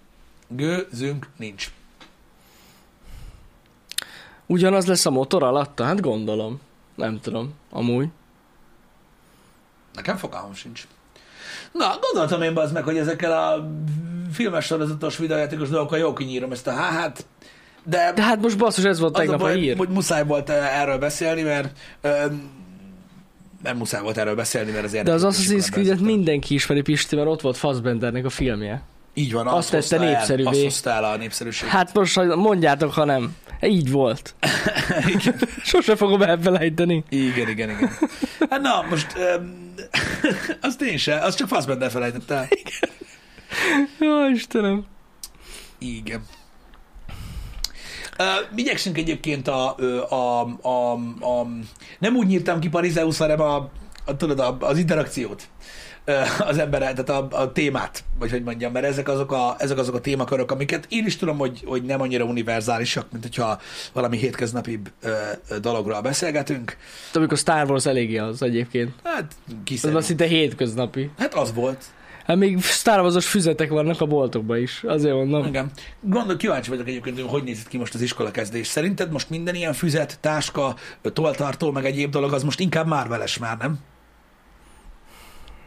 Speaker 1: Gőzünk nincs.
Speaker 2: Ugyanaz lesz a motor alatta? Hát gondolom. Nem tudom. Amúgy.
Speaker 1: Nekem fogalmam sincs. Na, gondoltam én az meg, hogy ezekkel a filmes sorozatos videójátékos dolgokkal jó kinyírom ezt a hát, de,
Speaker 2: De hát most basszus, ez volt
Speaker 1: az a
Speaker 2: tegnap a,
Speaker 1: baj,
Speaker 2: hír.
Speaker 1: hogy muszáj volt eh, erről beszélni, mert öm, nem muszáj volt erről beszélni, mert azért...
Speaker 2: De az Assassin's Creed-et mindenki ismeri Pisti, mert ott volt Fassbendernek a filmje.
Speaker 1: Így van,
Speaker 2: azt tette
Speaker 1: hozta el-
Speaker 2: népszerűvé.
Speaker 1: Azt hozta el a népszerűség.
Speaker 2: Hát most ha- mondjátok, ha nem. E, Így volt.
Speaker 1: igen,
Speaker 2: Sose fogom elfelejteni.
Speaker 1: igen, igen. igen. Hát na, most... öm, azt én se, azt csak Fassbender felejtett el.
Speaker 2: Jó, Istenem.
Speaker 1: Igen. Uh, igyekszünk egyébként a, ö, a, a, a, nem úgy nyírtam ki Parizeusz, hanem a, a, tudod, a, az interakciót Ö, az emberrel, tehát a, a, témát, vagy hogy mondjam, mert ezek azok, a, ezek azok a témakörök, amiket én is tudom, hogy, hogy nem annyira univerzálisak, mint hogyha valami hétköznapibb ö, ö, dologról beszélgetünk.
Speaker 2: Tudom, Amikor Star Wars eléggé az egyébként.
Speaker 1: Hát,
Speaker 2: Ez
Speaker 1: kiszerű.
Speaker 2: már szinte hétköznapi.
Speaker 1: Hát az volt.
Speaker 2: Hát még Star Wars-os füzetek vannak a boltokban is. Azért mondom.
Speaker 1: Igen. Gondolom, kíváncsi vagyok egyébként, hogy hogy nézett ki most az iskola kezdés. Szerinted most minden ilyen füzet, táska, toltartó, meg egyéb dolog, az most inkább Marveles már, nem?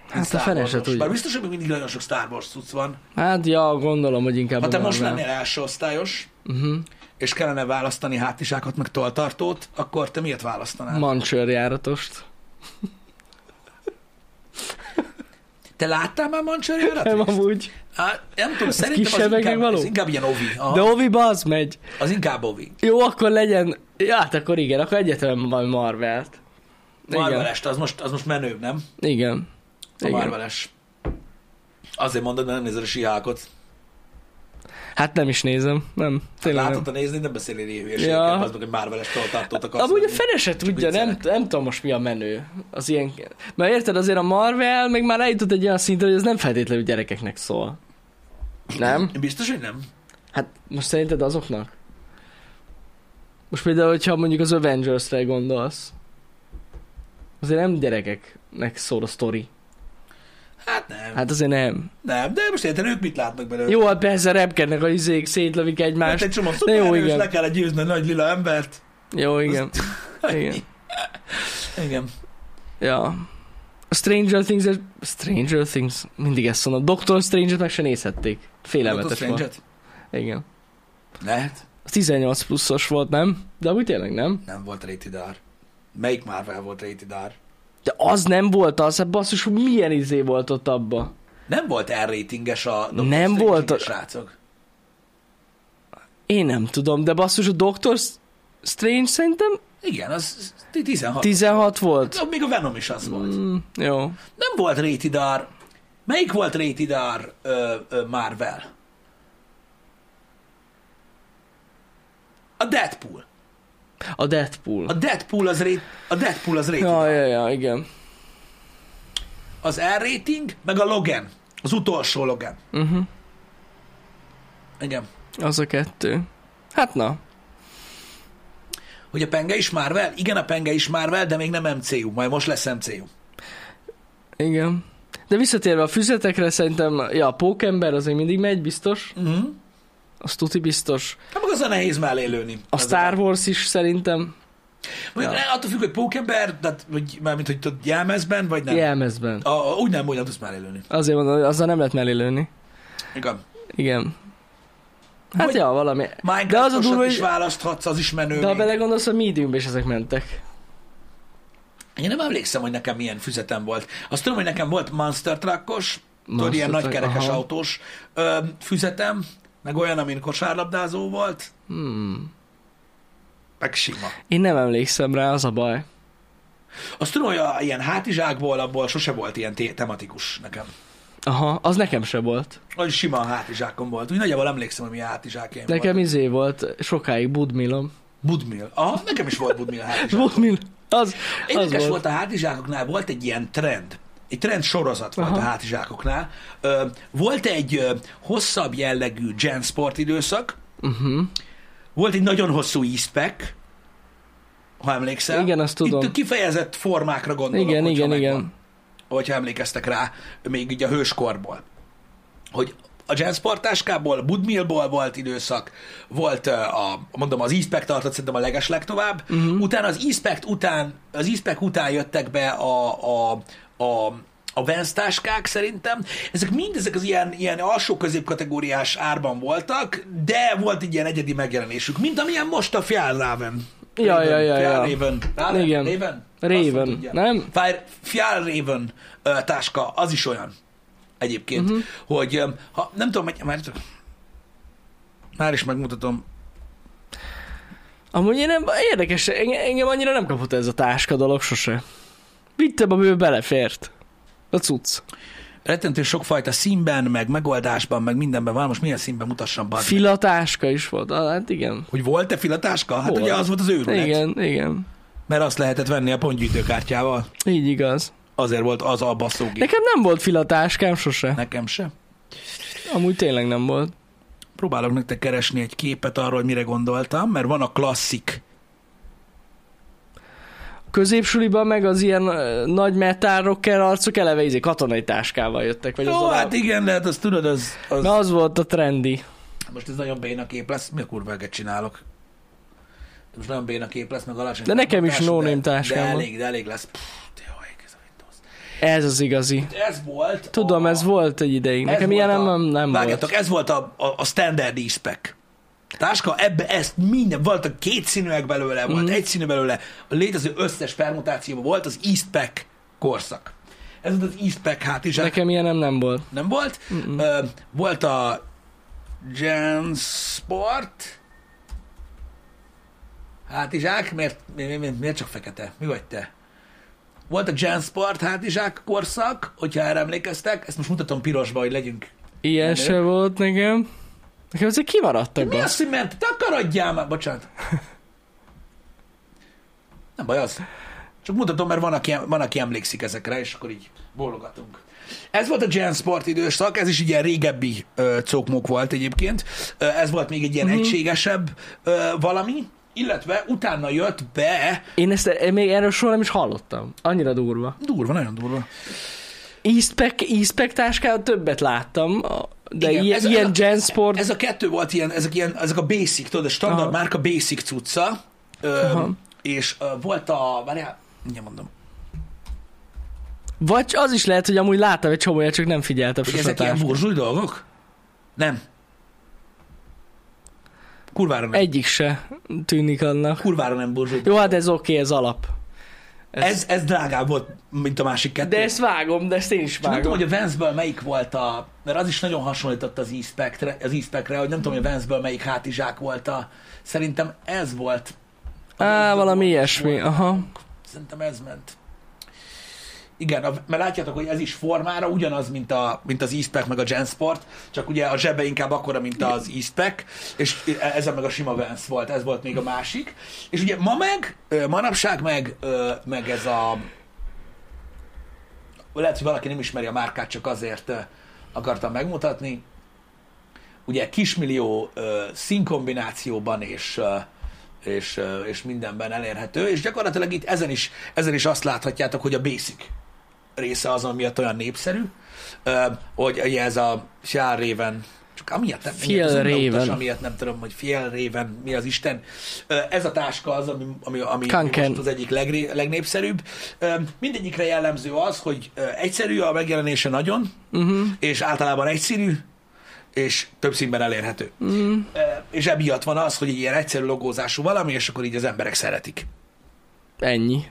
Speaker 2: Hát a
Speaker 1: Star
Speaker 2: fene se
Speaker 1: Wars-os.
Speaker 2: tudja.
Speaker 1: Bár biztos, hogy még mindig nagyon sok Star Wars cucc van.
Speaker 2: Hát ja, gondolom, hogy inkább
Speaker 1: Ha Hát te
Speaker 2: a
Speaker 1: most
Speaker 2: Marvel.
Speaker 1: lennél első osztályos,
Speaker 2: Uh-huh.
Speaker 1: és kellene választani hátisákat, meg toltartót, akkor te miért választanál? Ma.
Speaker 2: Mancsőr járatost.
Speaker 1: Hát Te láttál már Mancsori
Speaker 2: Nem
Speaker 1: Örat?
Speaker 2: amúgy.
Speaker 1: Hát, nem tudom, szerintem az
Speaker 2: kisebbeknek
Speaker 1: inkább,
Speaker 2: való?
Speaker 1: az inkább ilyen ovi. Aha,
Speaker 2: De Ovi az megy.
Speaker 1: Az inkább ovi.
Speaker 2: Jó, akkor legyen... Ja, hát akkor igen, akkor egyetem van Marvelt. Igen.
Speaker 1: Marvelest, az most, az most menőbb, nem?
Speaker 2: Igen.
Speaker 1: A
Speaker 2: igen.
Speaker 1: Marveles. Azért mondod, mert nem nézel a sihákot.
Speaker 2: Hát nem is nézem. Nem, tényleg nem.
Speaker 1: Látod, ha nézni, nem beszélni ilyen hülyeségeket,
Speaker 2: Ja. Hát,
Speaker 1: az meg, hogy Marvel-es toltartót akarsz.
Speaker 2: Amúgy a
Speaker 1: lenni.
Speaker 2: fene se tudja, nem, nem tudom most mi a menő. Az ilyen... Mert érted, azért a Marvel meg már eljutott egy olyan szintre, hogy ez nem feltétlenül gyerekeknek szól. Nem?
Speaker 1: Biztos, hogy nem?
Speaker 2: Hát most szerinted azoknak? Most például, hogyha mondjuk az Avengers-re gondolsz, azért nem gyerekeknek szól a sztori.
Speaker 1: Hát nem. Hát,
Speaker 2: Hát azért nem.
Speaker 1: nem, de most érted, ők mit látnak belőle?
Speaker 2: Jó, hát persze repkednek a izék, szétlövik
Speaker 1: Mert
Speaker 2: egymást.
Speaker 1: egy csomó
Speaker 2: jó,
Speaker 1: szuperhős,
Speaker 2: igen.
Speaker 1: le kellett győzni a nagy lila embert.
Speaker 2: Jó, igen. Igen.
Speaker 1: Igen.
Speaker 2: Ja. A Stranger Things, Stranger Things, mindig ezt mondom. Doctor Strange-et meg se nézhették.
Speaker 1: Doctor
Speaker 2: Félelmetes volt.
Speaker 1: Strange-et?
Speaker 2: Igen.
Speaker 1: Lehet.
Speaker 2: Az 18 pluszos volt, nem? De úgy tényleg nem.
Speaker 1: Nem volt rated R. Melyik Marvel volt rated R?
Speaker 2: De az nem volt az, hát basszus, hogy milyen izé volt ott abba.
Speaker 1: Nem volt R-ratinges a Doctor
Speaker 2: Nem
Speaker 1: Strange,
Speaker 2: volt a-
Speaker 1: igen, srácok.
Speaker 2: Én nem tudom, de basszus, a Doctor S- Strange szerintem
Speaker 1: Igen, az 16.
Speaker 2: 16 volt.
Speaker 1: Na, Még a Venom is az volt.
Speaker 2: Mm, jó.
Speaker 1: Nem volt rated R. Melyik volt rated R ö, ö, Marvel? A Deadpool.
Speaker 2: A Deadpool.
Speaker 1: A Deadpool az, ré... a Deadpool az rated
Speaker 2: Ja,
Speaker 1: R.
Speaker 2: ja, ja, igen.
Speaker 1: Az R-rating, meg a Logan. Az utolsó Logan.
Speaker 2: Uh-huh.
Speaker 1: Igen.
Speaker 2: Az a kettő. Hát na.
Speaker 1: Hogy a penge is Marvel? Igen, a penge is Marvel, de még nem MCU. Majd most lesz MCU.
Speaker 2: Igen. De visszatérve a füzetekre, szerintem, ja, a pókember azért mindig megy, biztos.
Speaker 1: Uh-huh.
Speaker 2: Az tuti biztos.
Speaker 1: Hát meg az a nehéz mellé lőni.
Speaker 2: A
Speaker 1: Az
Speaker 2: Star Wars is szerintem
Speaker 1: Mondjuk,
Speaker 2: Ja.
Speaker 1: ne, Attól függ, hogy pókember, tehát, vagy, mármint, hogy tudod, jelmezben, vagy nem.
Speaker 2: jelmezben.
Speaker 1: A, a, úgy nem, úgy nem tudsz mellé lőni.
Speaker 2: Azért mondom, hogy azzal nem lehet mellé lőni.
Speaker 1: Igen.
Speaker 2: Igen. Hát
Speaker 1: Vagy-
Speaker 2: ja, valami.
Speaker 1: Minecraft
Speaker 2: De az a durva,
Speaker 1: is
Speaker 2: hogy...
Speaker 1: választhatsz, az is menő.
Speaker 2: De ha
Speaker 1: még.
Speaker 2: belegondolsz, a mediumbe is ezek mentek.
Speaker 1: Én nem emlékszem, hogy nekem milyen füzetem volt. Azt tudom, hogy nekem volt Monster Truckos, tudod,
Speaker 2: Monster
Speaker 1: ilyen
Speaker 2: Truck,
Speaker 1: nagy kerekes
Speaker 2: aha.
Speaker 1: autós ö, füzetem, meg olyan, amin kosárlabdázó volt,
Speaker 2: Hmm.
Speaker 1: meg sima.
Speaker 2: Én nem emlékszem rá, az a baj.
Speaker 1: Azt tudom, hogy a, ilyen hátizsákból, abból sose volt ilyen té- tematikus nekem.
Speaker 2: Aha, az nekem se volt.
Speaker 1: Vagy sima a hátizsákom volt. Úgy nagyjából emlékszem, hogy mi a hátizsákjaim
Speaker 2: Nekem
Speaker 1: volt.
Speaker 2: izé volt, sokáig budmilom.
Speaker 1: Budmil. Aha, nekem is volt Budmil hátizsák.
Speaker 2: Budmil? Az, az
Speaker 1: Érdekes
Speaker 2: volt.
Speaker 1: volt a hátizsákoknál, volt egy ilyen trend, egy trend sorozat volt
Speaker 2: Aha.
Speaker 1: a hátizsákoknál. Ö, volt egy ö, hosszabb jellegű Gen
Speaker 2: Mhm.
Speaker 1: Sport időszak,
Speaker 2: Uh-huh.
Speaker 1: volt egy nagyon hosszú e ha emlékszel.
Speaker 2: Igen, azt tudom.
Speaker 1: Itt kifejezett formákra gondolok,
Speaker 2: Igen,
Speaker 1: hogyha
Speaker 2: igen,
Speaker 1: megvan.
Speaker 2: igen.
Speaker 1: hogyha emlékeztek rá, még ugye a hőskorból. Hogy a jazz partáskából, Budmillból volt időszak, volt ö, a, mondom, az Ispect tartott szerintem a leges legtovább,
Speaker 2: Mhm.
Speaker 1: uh-huh. utána az Ispect után, az Ispect után jöttek be a, a, a a vensztáskák szerintem, ezek mind ezek az ilyen, ilyen alsó középkategóriás árban voltak, de volt egy ilyen egyedi megjelenésük, mint amilyen most a Fjallraven.
Speaker 2: Ja, ja, ja, ja.
Speaker 1: Fjallraven. Raven?
Speaker 2: Igen.
Speaker 1: Raven?
Speaker 2: Raven,
Speaker 1: Azt tudja.
Speaker 2: nem?
Speaker 1: Fire, Fjall Raven ö, táska, az is olyan egyébként,
Speaker 2: Mhm.
Speaker 1: uh-huh. hogy ö, ha, nem tudom, hogy- már, már is megmutatom.
Speaker 2: Amúgy én nem, érdekes, engem, engem annyira nem kapott ez a táska dolog sose. Vittebb, amiből belefért. A cucc.
Speaker 1: Rettentő sokfajta színben, meg megoldásban, meg mindenben van. Most milyen színben mutassam be?
Speaker 2: Fila táska is volt. Ah, hát igen.
Speaker 1: hogy volt-e filatáska? Hát
Speaker 2: Volt.
Speaker 1: ugye az volt az őrület.
Speaker 2: Igen, igen.
Speaker 1: Mert azt lehetett venni a pontgyűjtőkártyával.
Speaker 2: Így igaz.
Speaker 1: Azért volt az a basszógép. Nekem,
Speaker 2: Nekem nem volt fila táskám sose.
Speaker 1: Nekem se.
Speaker 2: Amúgy tényleg nem volt.
Speaker 1: Próbálok nektek keresni egy képet arról, hogy mire gondoltam, mert van a klasszik.
Speaker 2: Középsuliban meg az ilyen ö, nagy metal rocker arcok eleve izé katonai táskával jöttek. Vagy az
Speaker 1: Jó,
Speaker 2: a-
Speaker 1: hát igen, lehet, azt tudod, az, az...
Speaker 2: Na az volt a trendi.
Speaker 1: Most ez nagyon béna kép lesz. Mi a kurváget csinálok? De most nagyon béna kép lesz, meg alacsony.
Speaker 2: De nekem is
Speaker 1: felbontású,
Speaker 2: no-name
Speaker 1: de-
Speaker 2: táskám
Speaker 1: De
Speaker 2: van.
Speaker 1: elég, de elég lesz. Pff, de jó, ég ez a Windows.
Speaker 2: Ez az igazi.
Speaker 1: Ez volt.
Speaker 2: Tudom,
Speaker 1: a...
Speaker 2: ez volt egy ideig. Nekem ilyen nem,
Speaker 1: volt a-
Speaker 2: nem, nem
Speaker 1: Vágjátok,
Speaker 2: volt.
Speaker 1: ez volt a, a, a standard e-spec. Táska, ebbe ezt minden, volt a két színűek belőle, volt
Speaker 2: Mhm.
Speaker 1: mm. egy színű belőle, a létező összes permutációban volt az e-spec korszak. Ez volt az e-spec hátizsák.
Speaker 2: Nekem ilyen nem, nem volt.
Speaker 1: nem volt. Ö, volt a Gen Sport. Hátizsák, miért, mi- mi- miért csak fekete? Mi vagy te? Volt a Gen Sport hátizsák korszak, hogyha erre emlékeztek. Ezt most mutatom pirosba, hogy legyünk.
Speaker 2: Ilyen
Speaker 1: Nem,
Speaker 2: se volt nekem. Nekem ezek kimaradtak.
Speaker 1: Mi
Speaker 2: basz.
Speaker 1: az, hogy ment? Takarodjál már! Bocsánat. Nem baj az. Csak mutatom, mert van aki, van, aki emlékszik ezekre, és akkor így bólogatunk. Ez volt a Gen Sport időszak, ez is egy ilyen régebbi ö, cokmok volt egyébként. Ö, ez volt még egy
Speaker 2: Mhm.
Speaker 1: ilyen egységesebb ö, valami, illetve utána jött be,
Speaker 2: Én ezt e- még erről soha nem is hallottam. Annyira durva.
Speaker 1: durva, nagyon durva.
Speaker 2: Ispek, Ispek táskával többet láttam, a- de
Speaker 1: Igen,
Speaker 2: Igen, ilyen,
Speaker 1: ez-
Speaker 2: ez,
Speaker 1: ez
Speaker 2: ilyen
Speaker 1: a-
Speaker 2: ez, gensport, ez,
Speaker 1: Ez a kettő volt ilyen, ezek, ilyen, ezek a basic, tudod, a standard
Speaker 2: Aha.
Speaker 1: márka basic cucca. Ö,
Speaker 2: Aha.
Speaker 1: és ö, volt a, várjál, mindjárt mondom,
Speaker 2: vagy az is lehet, hogy amúgy láttam egy csomóját, csak nem figyeltem
Speaker 1: Hogy
Speaker 2: sose a
Speaker 1: ezek ilyen
Speaker 2: táskát.
Speaker 1: burzsúj dolgok? Nem. Kurvára nem. Egy...
Speaker 2: Egyik se tűnik annak.
Speaker 1: Kurvára nem burzsúj.
Speaker 2: Jó, hát ez oké, ez alap.
Speaker 1: Ez... ez, ez drágább volt, mint a másik kettő.
Speaker 2: De ezt vágom, de ezt én is
Speaker 1: És nem tudom,
Speaker 2: vágom.
Speaker 1: hogy a Vance-ből melyik volt a... Mert az is nagyon hasonlított az e az e hogy nem tudom, hogy a Vance-ből melyik hátizsák volt a... Szerintem ez volt. A
Speaker 2: Á,
Speaker 1: Vance-ből
Speaker 2: valami
Speaker 1: volt-
Speaker 2: ilyesmi,
Speaker 1: volt.
Speaker 2: aha.
Speaker 1: Szerintem ez ment. Igen, a, mert látjátok, hogy ez is formára ugyanaz, mint, a, mint az e meg a Gensport, csak ugye a zsebe inkább akkora, mint az e és e- ezen meg a sima Vans volt, ez volt még a másik. És ugye ma meg, ö, manapság meg, ö, meg ez a... Lehet, hogy valaki nem ismeri a márkát, csak azért ö, akartam megmutatni. Ugye kismillió ö, színkombinációban és ö, és, ö, és mindenben elérhető, és gyakorlatilag itt ezen is, ezen is azt láthatjátok, hogy a basic része az, ami miatt olyan népszerű, ö, hogy ugye ez a Fjall Raven, csak amiatt nem,
Speaker 2: Fjall
Speaker 1: ez nem
Speaker 2: Raven.
Speaker 1: utas, amiatt nem tudom, hogy Fjall Raven, mi az Isten. Ö, Ez a táska az, ami, ami, ami
Speaker 2: Kanken.
Speaker 1: most az egyik legré, legnépszerűbb. Ö, Mindegyikre jellemző az, hogy ö, egyszerű a megjelenése nagyon,
Speaker 2: Mhm.
Speaker 1: uh-huh. és általában egyszínű, és több színben elérhető.
Speaker 2: Mhm.
Speaker 1: Mm. És emiatt van az, hogy egy ilyen egyszerű logózású valami, és akkor így az emberek szeretik
Speaker 2: Ennyi.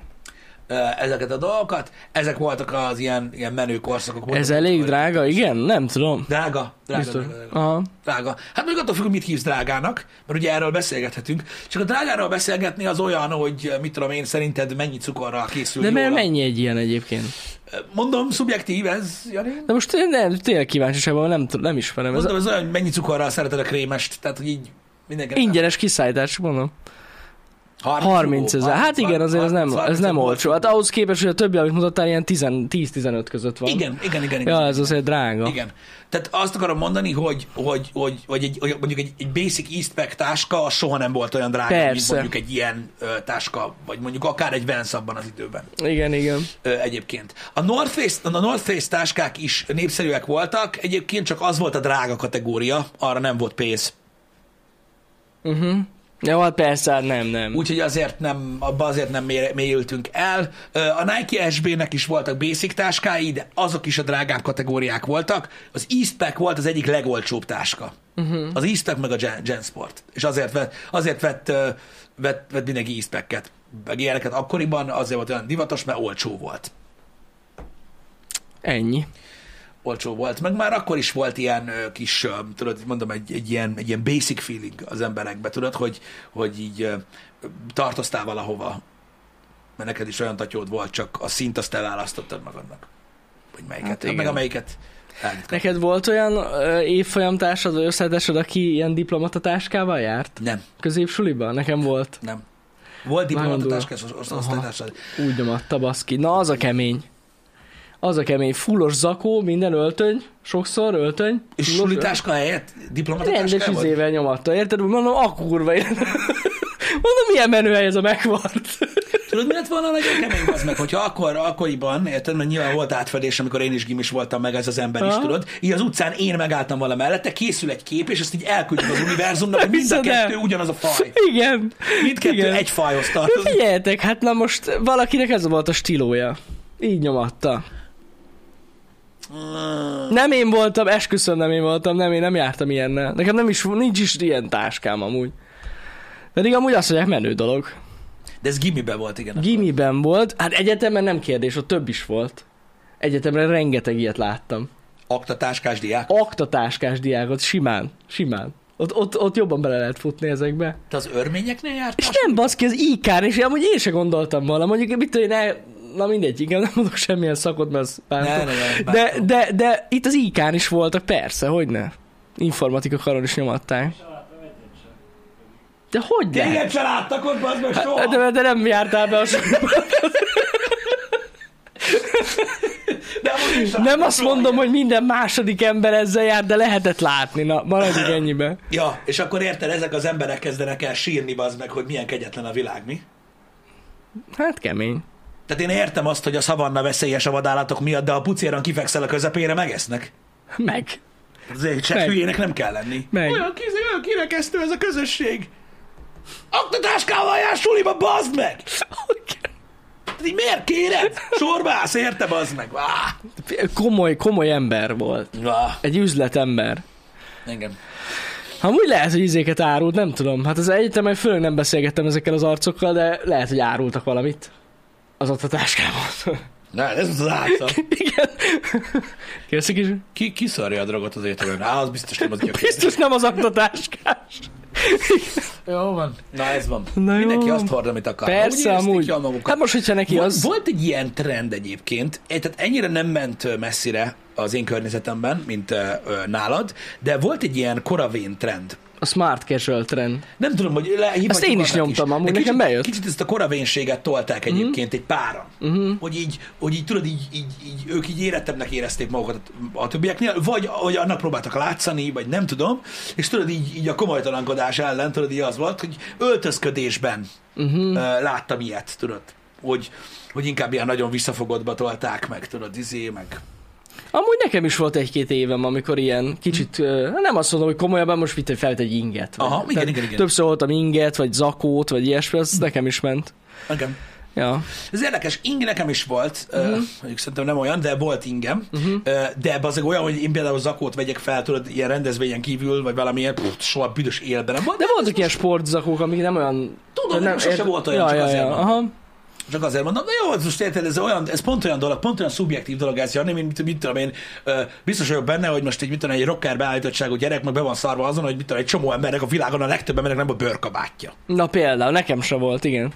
Speaker 1: ö, ezeket a dolgokat. Ezek voltak az ilyen, ilyen menő korszakok.
Speaker 2: Ez
Speaker 1: Mondom,
Speaker 2: elég
Speaker 1: hogy-
Speaker 2: drága? Igen? Nem tudom.
Speaker 1: Drága, drága,
Speaker 2: Biztos.
Speaker 1: drága, drága.
Speaker 2: Aha.
Speaker 1: Drága. Hát még attól függ, hogy mit hívsz drágának, mert ugye erről beszélgethetünk. Csak a drágáról beszélgetni az olyan, hogy ö, mit tudom én, szerinted mennyi cukorral készül.
Speaker 2: De
Speaker 1: jól
Speaker 2: mert
Speaker 1: a-
Speaker 2: mennyi egy ilyen egyébként?
Speaker 1: Ö, Mondom, szubjektív ez, Jani.
Speaker 2: De most én nem, tényleg kíváncsiságban nem, tud- nem ismerem. Ez
Speaker 1: Mondom, ez olyan, hogy mennyi cukorral szereted a krémest, tehát hogy így mindenki.
Speaker 2: ingyenes kiszállítás, csak mondom. 30 ezer. Hát igen, azért ez nem, ez
Speaker 1: 30
Speaker 2: nem
Speaker 1: ezer.
Speaker 2: olcsó. Hát ahhoz képest, hogy a többi, amit mutattál, ilyen 10 10-15 között van.
Speaker 1: Igen, igen, igen. igen.
Speaker 2: Ja, ez azért drága.
Speaker 1: Igen. Tehát azt akarom mondani, hogy, hogy, hogy, hogy, egy, hogy mondjuk egy, egy basic Eastpak táska az soha nem volt olyan drága, mint
Speaker 2: Persze.
Speaker 1: mondjuk egy ilyen ö, táska, vagy mondjuk akár egy Vans abban az időben
Speaker 2: Igen, igen.
Speaker 1: ö, egyébként. A North, Face, a North Face táskák is népszerűek voltak, egyébként csak az volt a drága kategória, arra nem volt pénz.
Speaker 2: Jó, hát persze, hát nem, nem.
Speaker 1: Úgyhogy azért nem, abba azért nem mély- mélyültünk el. Ö, A Nike SB-nek is voltak basic táskái, de azok is a drágább kategóriák voltak. Az Eastpak volt az egyik legolcsóbb táska. Uh-huh. Az Eastpak meg a Gen, Gensport. És azért vett, azért vett, ö, vett, vett mindenki Eastpaket. Meg ilyeneket akkoriban azért volt olyan divatos, mert olcsó volt.
Speaker 2: Ennyi.
Speaker 1: olcsó volt. Meg már akkor is volt ilyen ö, kis, ö, tudod, mondom, egy, egy, ilyen, egy ilyen basic feeling az emberekbe, tudod, hogy, hogy így ö, tartoztál valahova. Mert neked is olyan tatyód volt, csak a szint azt te választottad magadnak. Vagy melyiket.
Speaker 2: Hát
Speaker 1: Hát, meg
Speaker 2: igen.
Speaker 1: amelyiket. elvitt.
Speaker 2: Neked volt olyan ö, évfolyamtársad vagy osztálytársad, aki ilyen diplomatatáskával járt?
Speaker 1: Nem,
Speaker 2: Középsuliban? Nekem volt.
Speaker 1: nem. Volt
Speaker 2: Nagyon
Speaker 1: diplomatatás az osztálytársad.
Speaker 2: Úgy nyomatta, baszki. Na, az a kemény. Az a kemény. Fullos zakó, minden öltöny, sokszor öltöny.
Speaker 1: És
Speaker 2: fullos öltöny.
Speaker 1: sulitáska helyett
Speaker 2: Rendes izé
Speaker 1: diplomatatáska volt?
Speaker 2: izével nyomatta, érted? Mondom, a kurva. élet. Mondom, milyen menő ez a megvart.
Speaker 1: Tudod, mi lett volna nagyon kemény az meg, hogyha akkor, akkoriban, érted, mert nyilván volt átfedés, amikor én is gimis voltam meg ez az ember is,
Speaker 2: Aha.
Speaker 1: tudod, így az utcán én megálltam vala mellette, készül egy kép, és ezt így elküldjük az univerzumnak, hogy mind a
Speaker 2: Hiszed el?
Speaker 1: kettő ugyanaz a faj.
Speaker 2: Igen.
Speaker 1: Mindkettő
Speaker 2: Igen.
Speaker 1: egy fajhoz
Speaker 2: De
Speaker 1: tartozik.
Speaker 2: Figyeljetek, hát na most valakinek ez volt a stílója. Így nyomatta. Nem én voltam, esküszöm nem én voltam, nem én nem jártam ilyennel. Nekem nem is, nincs is ilyen táskám amúgy. Pedig amúgy azt mondják, menő dolog.
Speaker 1: De ez gimibe volt, igen.
Speaker 2: Gimiben volt, hát egyetemen nem kérdés, ott több is volt. Egyetemre rengeteg ilyet láttam.
Speaker 1: Aktatáskás diák.
Speaker 2: Aktatáskás diákot, simán, simán. Ott, ott, ott jobban bele lehet futni ezekbe.
Speaker 1: Te az örményeknél jártál?
Speaker 2: És nem baszki, az IK-n, és amúgy én se gondoltam volna, mondjuk mit tudom én el, na mindegy, igen, nem mondok semmilyen szakot, mert az bántó.
Speaker 1: Ne, ne, ne, bántó.
Speaker 2: de, de, de itt az IK-n is voltak, persze, hogy ne. Informatika karon is nyomatták. De hogy ne?
Speaker 1: Téged se láttak ott, az meg soha.
Speaker 2: Hát, De, de, nem jártál be a
Speaker 1: De amúgy is
Speaker 2: Nem
Speaker 1: láttak
Speaker 2: azt
Speaker 1: soha.
Speaker 2: mondom, hogy minden második ember ezzel jár, de lehetett látni. Na, maradjunk ennyibe.
Speaker 1: Ja, és akkor érted, ezek az emberek kezdenek el sírni, az meg, hogy milyen kegyetlen a világ, mi?
Speaker 2: Hát kemény.
Speaker 1: Tehát én értem azt, hogy a szavanna veszélyes a vadállatok miatt, de ha pucéran kifekszel a közepére, megesznek.
Speaker 2: Meg.
Speaker 1: Azért se
Speaker 2: Meg.
Speaker 1: hülyének nem kell lenni.
Speaker 2: Meg.
Speaker 1: Olyan, kiz, olyan kirekesztő ez a közösség. Aktatáskával jár suliba, bazd meg! Hát így miért kéred? Sorba állsz, érte, bazd meg. Vá!
Speaker 2: Komoly, komoly ember volt.
Speaker 1: Vá!
Speaker 2: Egy üzletember.
Speaker 1: Engem.
Speaker 2: Amúgy lehet, hogy izéket árult, nem tudom. Hát az egyetemen főleg nem beszélgettem ezekkel az arcokkal, de lehet, hogy árultak valamit. Az ott a táskámon.
Speaker 1: Na, ez az álca.
Speaker 2: Igen. Kérszek is?
Speaker 1: Ki, ki szarja a drogot az ételőn? Á, az biztos nem az gyökér.
Speaker 2: Biztos nem az aktatáskás.
Speaker 1: Jó van. Na, ez van.
Speaker 2: Na, jó
Speaker 1: Mindenki
Speaker 2: van.
Speaker 1: azt hord, amit akar.
Speaker 2: Persze,
Speaker 1: Úgy
Speaker 2: amúgy.
Speaker 1: érezték jól magukat.
Speaker 2: Hát most, hogyha neki
Speaker 1: Volt-
Speaker 2: az...
Speaker 1: Volt egy ilyen trend egyébként, eh, tehát ennyire nem ment ö, messzire az én környezetemben, mint ö, ö, nálad, de volt egy ilyen koravén trend.
Speaker 2: A smart casual trend.
Speaker 1: Nem tudom, hogy le,
Speaker 2: Ezt én is nyomtam amúgy,
Speaker 1: de
Speaker 2: nekem
Speaker 1: kicsit,
Speaker 2: bejött. Mhm.
Speaker 1: Kicsit ezt a koravénséget tolták egyébként egy páran. Uh-huh. Hogy így, hogy így tudod, így, így, így, ők így érettebbnek érezték magukat a többieknél, vagy hogy annak próbáltak látszani, vagy nem tudom, és tudod, így, így a komolytalankodás ellen, tudod, így az volt, hogy öltözködésben
Speaker 2: Mhm.
Speaker 1: uh-huh. láttam ilyet, tudod, hogy, hogy inkább ilyen nagyon visszafogottba tolták meg, tudod, izé, meg
Speaker 2: Amúgy nekem is volt egy-két évem, amikor ilyen kicsit, ö, nem azt mondom, hogy komolyan, most mit felt egy inget. Vagy,
Speaker 1: Aha, igen,
Speaker 2: tehát
Speaker 1: igen, igen.
Speaker 2: Többször voltam inget, vagy zakót, vagy ilyesmi, az nekem is ment.
Speaker 1: engem.
Speaker 2: Ja.
Speaker 1: Ez érdekes, ing nekem is volt,
Speaker 2: Mhm.
Speaker 1: uh-huh. mondjuk szerintem nem olyan, de volt ingem, uh-huh. de bazeg olyan, hogy én például zakót vegyek fel, tudod, ilyen rendezvényen kívül, vagy valamilyen, pff, soha büdös életben nem volt,
Speaker 2: De
Speaker 1: de
Speaker 2: voltak ilyen sportzakók, amik nem olyan...
Speaker 1: Tudom, nekem sose
Speaker 2: érted?
Speaker 1: volt olyan,
Speaker 2: ja,
Speaker 1: csak
Speaker 2: ja,
Speaker 1: azért
Speaker 2: ja,
Speaker 1: mondtam.
Speaker 2: aha.
Speaker 1: csak azért mondom, na jó, ez most érted, ez, olyan, ez pont olyan dolog, pont olyan szubjektív dolog ez, Jani, mint, mint, mit tudom én, ö, biztos vagyok benne, hogy most egy, mit tudom, én, egy rocker beállítottságú gyerek, meg be van szarva azon, hogy mit tudom, egy csomó embernek a világon a legtöbb embernek nem a bőrkabátja.
Speaker 2: Na például, nekem se volt, igen.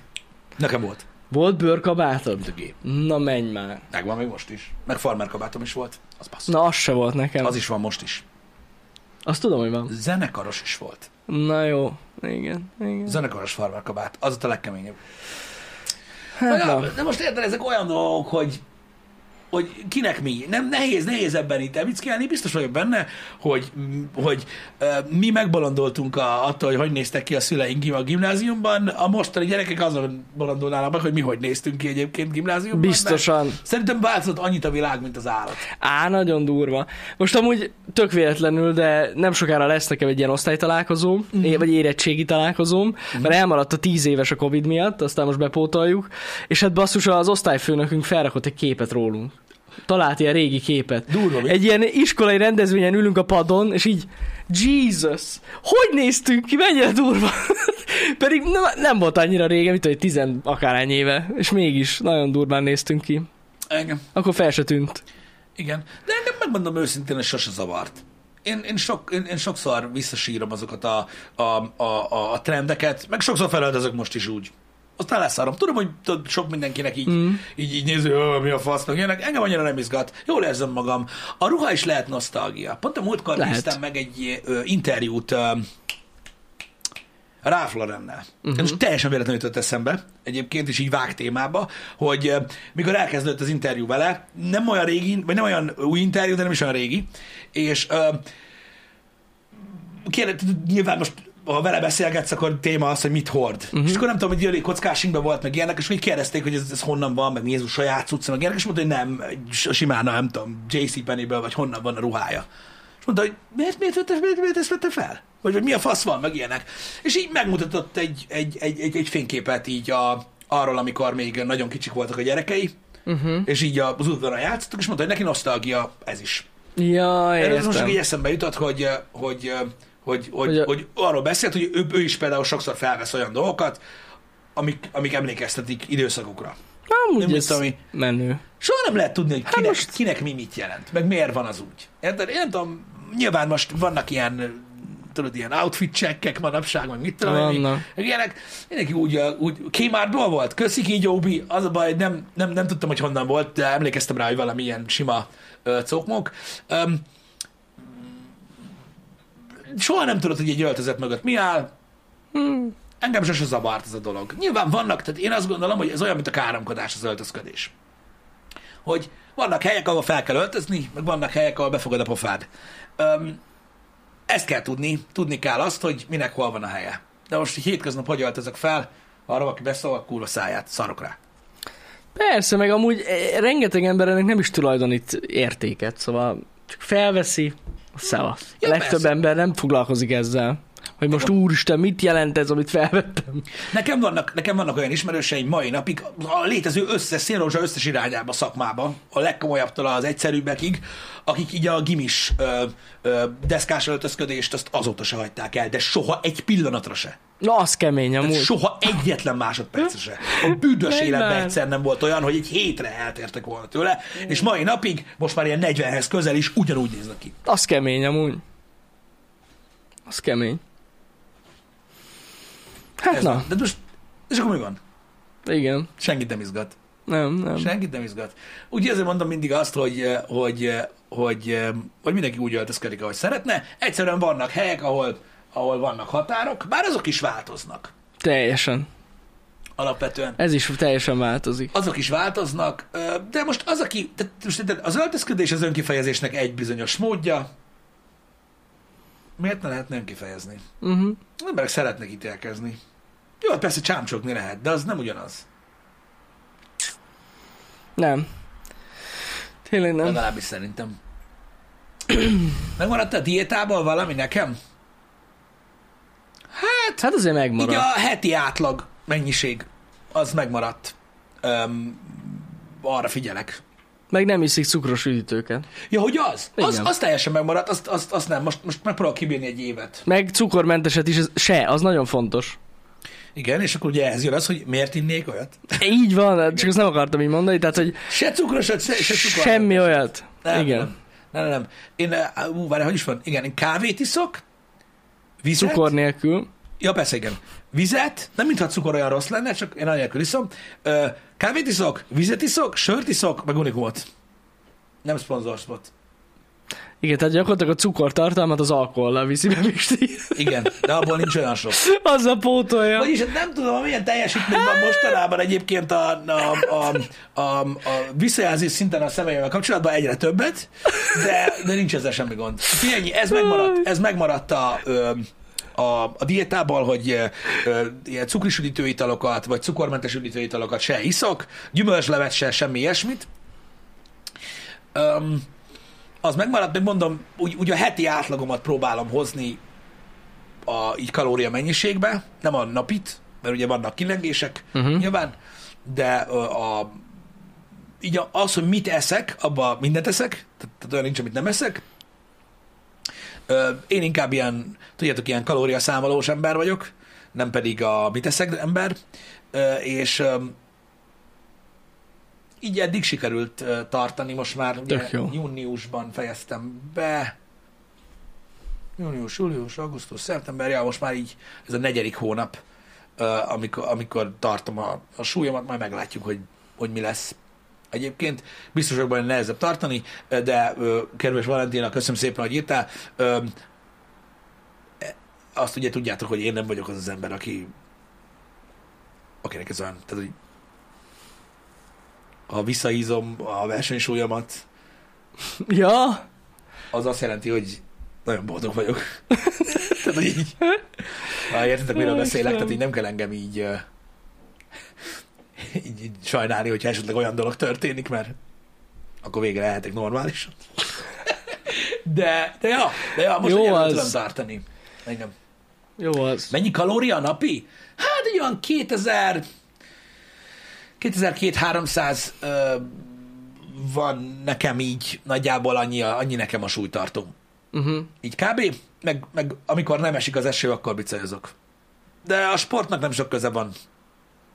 Speaker 1: Nekem volt.
Speaker 2: Volt bőrkabátod?
Speaker 1: Tögé.
Speaker 2: Na menj már.
Speaker 1: Megvan még most is. Meg farmer kabátom is volt. Az passz.
Speaker 2: Na az se volt nekem.
Speaker 1: Az
Speaker 2: Az...
Speaker 1: is van most is.
Speaker 2: Azt tudom, hogy van.
Speaker 1: Zenekaros is volt.
Speaker 2: Na jó. Igen, igen.
Speaker 1: Zenekaros farmerkabát, az ott a legkeményebb.
Speaker 2: Hát, na.
Speaker 1: Na, de most érted, ezek olyan dolgok, hogy hogy kinek mi. Nem, nehéz, nehéz ebben itt elvickelni. Biztos vagyok benne, hogy, hogy ö, mi megbolondoltunk a, attól, hogy hogy néztek ki a szüleink a gimnáziumban. A mostani gyerekek azon bolondolnának meg, hogy mi hogy néztünk ki egyébként gimnáziumban.
Speaker 2: Biztosan.
Speaker 1: Mert szerintem változott annyit a világ, mint az állat.
Speaker 2: Á, nagyon durva. Most amúgy tök véletlenül, de nem sokára lesz nekem egy ilyen osztálytalálkozóm,
Speaker 1: Mhm.
Speaker 2: mm. vagy érettségi találkozóm, mm. mert elmaradt a tíz éves a Covid miatt, aztán most bepótoljuk, és hát basszus az osztályfőnökünk felrakott egy képet rólunk. Talált ilyen régi képet.
Speaker 1: Durva, mi?
Speaker 2: Egy ilyen iskolai rendezvényen ülünk a padon, és így Jesus! Hogy néztünk ki? Mennyire durva! Pedig nem, nem volt annyira régen, mint hogy tizen akárhány éve, és mégis nagyon durván néztünk ki.
Speaker 1: Igen.
Speaker 2: Akkor fel se tűnt.
Speaker 1: Igen. De engem megmondom őszintén, hogy sose zavart. Én, én, sok, én, én sokszor visszasírom azokat a, a, a, a, a trendeket, meg sokszor felöldözök most is úgy. Aztán lesszárom. Tudom, hogy tudod, sok mindenkinek így, mm. így, így néző, "Ö, mi a fasz, meg jönnek. Engem annyira nem izgat. Jól érzem magam. A ruha is lehet nosztalgia. Pont a múltkor
Speaker 2: Lehet.
Speaker 1: néztem meg egy ö, interjút ö, Ralph Laurennel. Uh-huh. Most teljesen véletlenül jutott eszembe, egyébként is így vág témába, hogy eh, mikor elkezdődött az interjú vele, nem olyan régi, vagy nem olyan új interjú, de nem is olyan régi, és eh, kérde, nyilván most ha vele beszélgetsz, akkor téma az, hogy mit hord. Uh-huh. És akkor nem tudom, hogy ilyen kockásinkban volt, meg ilyenek, és hogy kérdezték, hogy ez, ez honnan van, meg mi ez a saját cucca, meg ilyenek, és mondta, hogy nem, simán, nem tudom, JC Pennyből, vagy honnan van a ruhája. És mondta, hogy miért, miért, vette, miért, miért ezt vette fel? Vagy hogy mi a fasz van, meg ilyenek. És így megmutatott egy, egy, egy, egy, egy fényképet így a, arról, amikor még nagyon kicsik voltak a gyerekei, uh-huh. és így az udvaron játszottak, és mondta, hogy neki nosztalgia ez is.
Speaker 2: Ja,
Speaker 1: Erről ez most csak
Speaker 2: értem.
Speaker 1: így eszembe jutott, hogy, eh, hogy, hogy, hogy,
Speaker 2: Hogy
Speaker 1: hogy,
Speaker 2: a-
Speaker 1: hogy arról beszélt, hogy ő, ő is például sokszor felvesz olyan dolgokat, amik, amik emlékeztetik időszakokra.
Speaker 2: Amúgy
Speaker 1: Nem
Speaker 2: ez
Speaker 1: tudom, mi.
Speaker 2: menő.
Speaker 1: Soha nem lehet tudni, hogy kinek,
Speaker 2: Hát most-
Speaker 1: most... kinek mi mit jelent, meg miért van az úgy. Érted? Én nem tudom, nyilván most vannak ilyen tudod, ilyen outfit checkek manapság, meg mit tudom én,
Speaker 2: Vannak.
Speaker 1: meg ilyenek. Mindenki úgy, uh, úgy Kmart-ból volt, köszik így Obi, az a baj, nem, nem, nem tudtam, hogy honnan volt, de emlékeztem rá, hogy valami ilyen sima uh, cokmok. Um, soha nem tudod, hogy egy öltözet mögött mi áll. Engem sose zavart ez a dolog. Nyilván vannak, tehát én azt gondolom, hogy ez olyan, mint a káromkodás, az öltözködés hogy vannak helyek, ahol fel kell öltözni, meg vannak helyek, ahol befogad a pofád. Öm, ezt kell tudni, tudni kell azt, hogy minek hol van a helye. De most hogy hétköznap hogy öltözök fel, arra, aki beszól, kurva száját, szarok rá.
Speaker 2: Persze, meg amúgy eh, rengeteg ember ennek nem is tulajdonít értéket, szóval csak felveszi, szevasz.
Speaker 1: Ja,
Speaker 2: a legtöbb
Speaker 1: persze.
Speaker 2: ember nem foglalkozik ezzel. Hogy most úristen, mit jelent ez, amit felvettem?
Speaker 1: Nekem vannak, nekem vannak olyan ismerőseim mai napig, a létező összes szélrózsa összes irányába szakmába, a legkomolyabbtól az egyszerűbbekig, akik így a gimis ö, ö, deszkás öltözködést azt azóta se hagyták el, de soha egy pillanatra se.
Speaker 2: Na, az
Speaker 1: Hát
Speaker 2: kemény amúgy.
Speaker 1: Soha egyetlen másodperc se. A büdös
Speaker 2: Megy
Speaker 1: életben
Speaker 2: már.
Speaker 1: egyszer nem volt olyan, hogy egy hétre eltértek volna tőle, és mai napig, most már ilyen 40-hez közel is ugyanúgy néznek ki.
Speaker 2: Az kemény amúgy. Az kemény. Hát
Speaker 1: Ez
Speaker 2: na,
Speaker 1: van. De most, és akkor mi van?
Speaker 2: igen.
Speaker 1: Senkit nem izgat.
Speaker 2: Nem, nem.
Speaker 1: Senkit nem izgat. Úgy ezért mondom mindig azt, hogy, hogy, hogy, hogy mindenki úgy öltözködik, ahogy szeretne. Egyszerűen vannak helyek, ahol, ahol vannak határok, bár azok is változnak.
Speaker 2: Teljesen.
Speaker 1: Alapvetően
Speaker 2: Ez is teljesen változik.
Speaker 1: azok is változnak, ö, de most az, aki, tehát most érted, az öltözködés az önkifejezésnek egy bizonyos módja, miért ne lehetne önkifejezni?
Speaker 2: Uh-huh.
Speaker 1: Az emberek szeretnek ítélkezni. Jó, hát persze csámcsogni lehet, de az nem ugyanaz.
Speaker 2: Nem. Tényleg nem.
Speaker 1: Legalábbis szerintem. Megmaradt a diétából valami nekem?
Speaker 2: Hát azért megmarad.
Speaker 1: Így a heti átlag mennyiség, az megmaradt. Öm, arra figyelek.
Speaker 2: Meg nem iszik cukros üdítőket.
Speaker 1: Ja, hogy az? Az,
Speaker 2: Igen.
Speaker 1: az teljesen megmaradt, azt, azt, azt nem. Most, most megpróbálok kibírni egy évet.
Speaker 2: Meg cukormenteset is, ez se, az nagyon fontos.
Speaker 1: Igen, és akkor ugye ehhez jön az, hogy miért innék olyat?
Speaker 2: Így van, hát csak azt nem akartam így mondani, tehát hogy
Speaker 1: Se cukrosat, se, se cukor.
Speaker 2: semmi olyat.
Speaker 1: Nem,
Speaker 2: Igen.
Speaker 1: Nem, nem, nem. Én, á, ú, várj, hogy is van? Igen, én kávét iszok, vizet.
Speaker 2: Cukor nélkül.
Speaker 1: Ja, persze, igen. Vizet, nem mintha cukor olyan rossz lenne, csak én anélkül iszom. Ö, kávét iszok, vizet iszok, sört iszok, meg unikumot. Nem szponzorspot.
Speaker 2: Igen, tehát gyakorlatilag a cukortartalmat az alkohollal viszi be Pisti.
Speaker 1: Igen, de abból nincs olyan sok.
Speaker 2: Azzal pótolja.
Speaker 1: Vagyis hát nem tudom, milyen teljesítmény van mostanában egyébként a, a, a, a, a visszajelzés szinten a személyemmel kapcsolatban egyre többet, de, de nincs ezzel semmi gond. Figyelj, ez megmaradt, ez megmaradt a, ö, a, a diétából, hogy ö, ö, ilyen cukris üdítőitalokat, vagy cukormentes üdítőitalokat se iszok, gyümölcslevet se, semmi ilyesmit. Öm, az megmaradt, meg mondom, úgy, úgy a heti átlagomat próbálom hozni a, így kalória mennyiségbe, nem a napit, mert ugye vannak kilengések uh-huh. nyilván, de ö, a, így a- az, hogy mit eszek, abba mindent eszek, tehát tehát olyan nincs, amit nem eszek. Ö, Én inkább ilyen, tudjátok, ilyen kalóriaszámolós ember vagyok, nem pedig a mit eszek ember, Ö, és ö, így eddig sikerült ö, tartani, most már ugye
Speaker 2: Tök jó.
Speaker 1: júniusban fejeztem be, június, július, augusztus, szeptember, ja, most már így ez a negyedik hónap, ö, amikor, amikor tartom a, a súlyomat, majd meglátjuk, hogy, hogy mi lesz. Egyébként biztos vagyok benne hogy nehezebb tartani, ö, de ö, kedves Valentina, köszönöm szépen, hogy írtál. Ö, e, Azt ugye tudjátok, hogy én nem vagyok az az ember, aki akinek ez olyan, tehát hogy ha visszaízom a versenysúlyomat,
Speaker 2: Ja,
Speaker 1: az azt jelenti, hogy nagyon boldog vagyok. tehát, hogy így, ha értitek, miről
Speaker 2: Ó,
Speaker 1: beszélek,
Speaker 2: Istenem.
Speaker 1: tehát így nem kell engem így, ö, így, így sajnálni, hogyha esetleg olyan dolog történik, mert akkor végre lehetek normálisan. De, de ja, de ja, most
Speaker 2: Jó
Speaker 1: Jó az...
Speaker 2: az.
Speaker 1: tudom tartani. Engem.
Speaker 2: jó az.
Speaker 1: Mennyi kalória a napi? Hát egy olyan 2000 2200-300 ö, van nekem így, nagyjából annyi, a- annyi nekem a súlytartom.
Speaker 2: Uh-huh.
Speaker 1: Így kb. Meg, meg amikor nem esik az eső, akkor bicajozok. De a sportnak nem sok köze van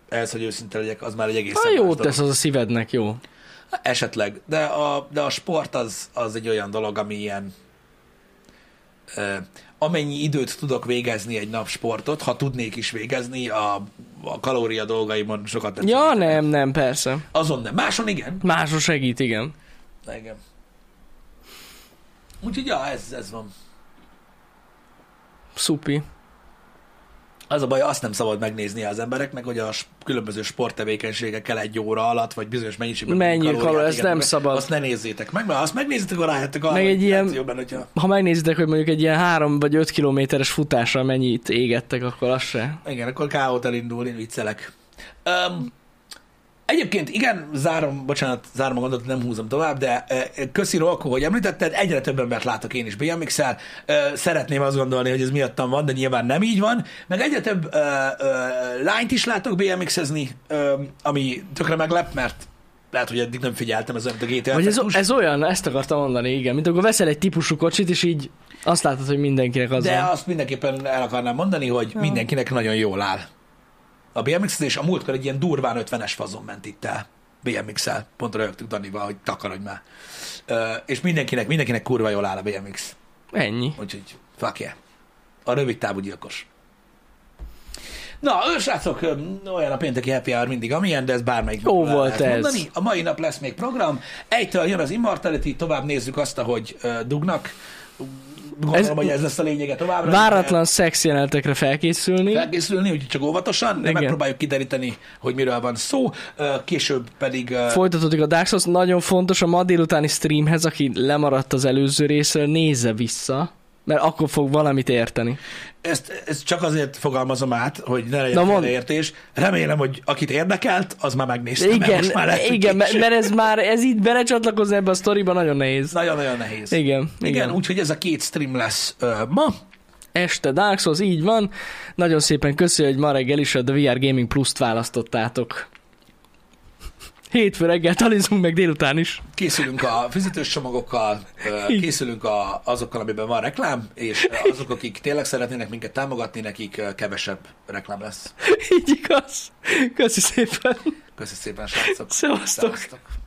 Speaker 1: ehhez, hogy őszinte legyek, az már egy egészen
Speaker 2: Ha
Speaker 1: más
Speaker 2: jó
Speaker 1: dolog.
Speaker 2: Ah, tesz az a szívednek, jó.
Speaker 1: Esetleg. De a, de a sport az, az egy olyan dolog, ami ilyen ö, amennyi időt tudok végezni egy nap sportot, ha tudnék is végezni, a, a kalória dolgaimon sokat nem
Speaker 2: Ja,
Speaker 1: segítenek.
Speaker 2: nem, nem, persze.
Speaker 1: Azon nem. Máson igen.
Speaker 2: Máson segít, igen.
Speaker 1: Na, igen. Úgyhogy ja, ez, ez van.
Speaker 2: Szupi.
Speaker 1: Az a baj, azt nem szabad megnézni az embereknek, hogy a s- különböző sporttevékenységekkel egy óra alatt, vagy bizonyos mennyiségben
Speaker 2: Mennyi
Speaker 1: kalóriát
Speaker 2: kaló- ezt
Speaker 1: égetnek
Speaker 2: nem
Speaker 1: meg.
Speaker 2: szabad.
Speaker 1: Azt ne nézzétek meg, mert ha azt megnézitek, akkor rájöttek arra,
Speaker 2: Meg egy
Speaker 1: hogy
Speaker 2: ilyen-
Speaker 1: lehet jobban, hogyha...
Speaker 2: Ha megnézitek, hogy mondjuk egy ilyen három vagy öt kilométeres futásra mennyit égettek, akkor az se.
Speaker 1: Igen, akkor K.O.-t elindul, én viccelek. Um, egyébként igen, zárom, bocsánat, zárom a gondot, nem húzom tovább, de uh, köszi Rolko, hogy említetted, egyre több embert látok én is BMX-el, uh, szeretném azt gondolni, hogy ez miattam van, de nyilván nem így van, meg egyre több uh, uh, lányt is látok BMX-ezni, um, ami tökre meglep, mert lehet, hogy eddig nem figyeltem, ez olyan, mint a GTA
Speaker 2: Vagy ez,
Speaker 1: effektus.
Speaker 2: ez olyan, ezt akartam mondani, igen. Mint amikor veszel egy típusú kocsit, és így azt látod, hogy mindenkinek az
Speaker 1: De
Speaker 2: van.
Speaker 1: azt mindenképpen el akarnám mondani, hogy mindenkinek nagyon jól áll. A bmx és a múltkor egy ilyen durván 50-es fazon ment itt el BMX-el. Pont rögtük Danival, hogy takarodj már. Ö, és mindenkinek, mindenkinek kurva jól áll a BMX.
Speaker 2: Ennyi.
Speaker 1: Úgyhogy fuck yeah. A rövid távú gyilkos. Na, ősrácok, öm, olyan a pénteki happy hour mindig, amilyen, de ez bármelyik
Speaker 2: Jó
Speaker 1: napról el
Speaker 2: volt
Speaker 1: lehet
Speaker 2: ez.
Speaker 1: Mondani. A mai nap lesz még program. Egytől jön az Immortality, tovább nézzük azt, ahogy ö, dugnak. Gondolom,
Speaker 2: Ez-
Speaker 1: ez, hogy ez lesz a lényege továbbra.
Speaker 2: Váratlan szex jelenetekre felkészülni.
Speaker 1: Felkészülni, úgyhogy csak óvatosan, de
Speaker 2: Igen.
Speaker 1: megpróbáljuk kideríteni, hogy miről van szó. Ö, Később pedig ö,
Speaker 2: Folytatódik a Dark Souls, nagyon fontos a ma délutáni streamhez, aki lemaradt az előző részről, nézze vissza, mert akkor fog valamit érteni.
Speaker 1: ezt, ezt csak azért fogalmazom át, hogy ne
Speaker 2: Na,
Speaker 1: legyen
Speaker 2: mondd.
Speaker 1: félreértés. Remélem, hogy akit érdekelt, az már megnézte. mert
Speaker 2: Igen,
Speaker 1: most már lehet, hogy
Speaker 2: igen,
Speaker 1: később.
Speaker 2: mert mert ez már, ez itt belecsatlakozni ebbe a sztoriba nagyon nehéz.
Speaker 1: Nagyon-nagyon nehéz.
Speaker 2: Igen,
Speaker 1: Igen,
Speaker 2: igen.
Speaker 1: igen úgyhogy ez a két stream lesz ö, ma.
Speaker 2: Este Dark Souls, így van. Nagyon szépen köszönjük, hogy ma reggel is a The VR Gaming Plus-t választottátok. Hétfő reggel talizunk meg délután is.
Speaker 1: Készülünk a fizetős csomagokkal, ö, készülünk a, azokkal, amiben van reklám, és ö, azok, akik tényleg szeretnének minket támogatni, nekik ö, kevesebb reklám lesz.
Speaker 2: Így igaz. Köszi szépen.
Speaker 1: Köszi szépen, srácok.
Speaker 2: Szevasztok.
Speaker 1: Szevasztok.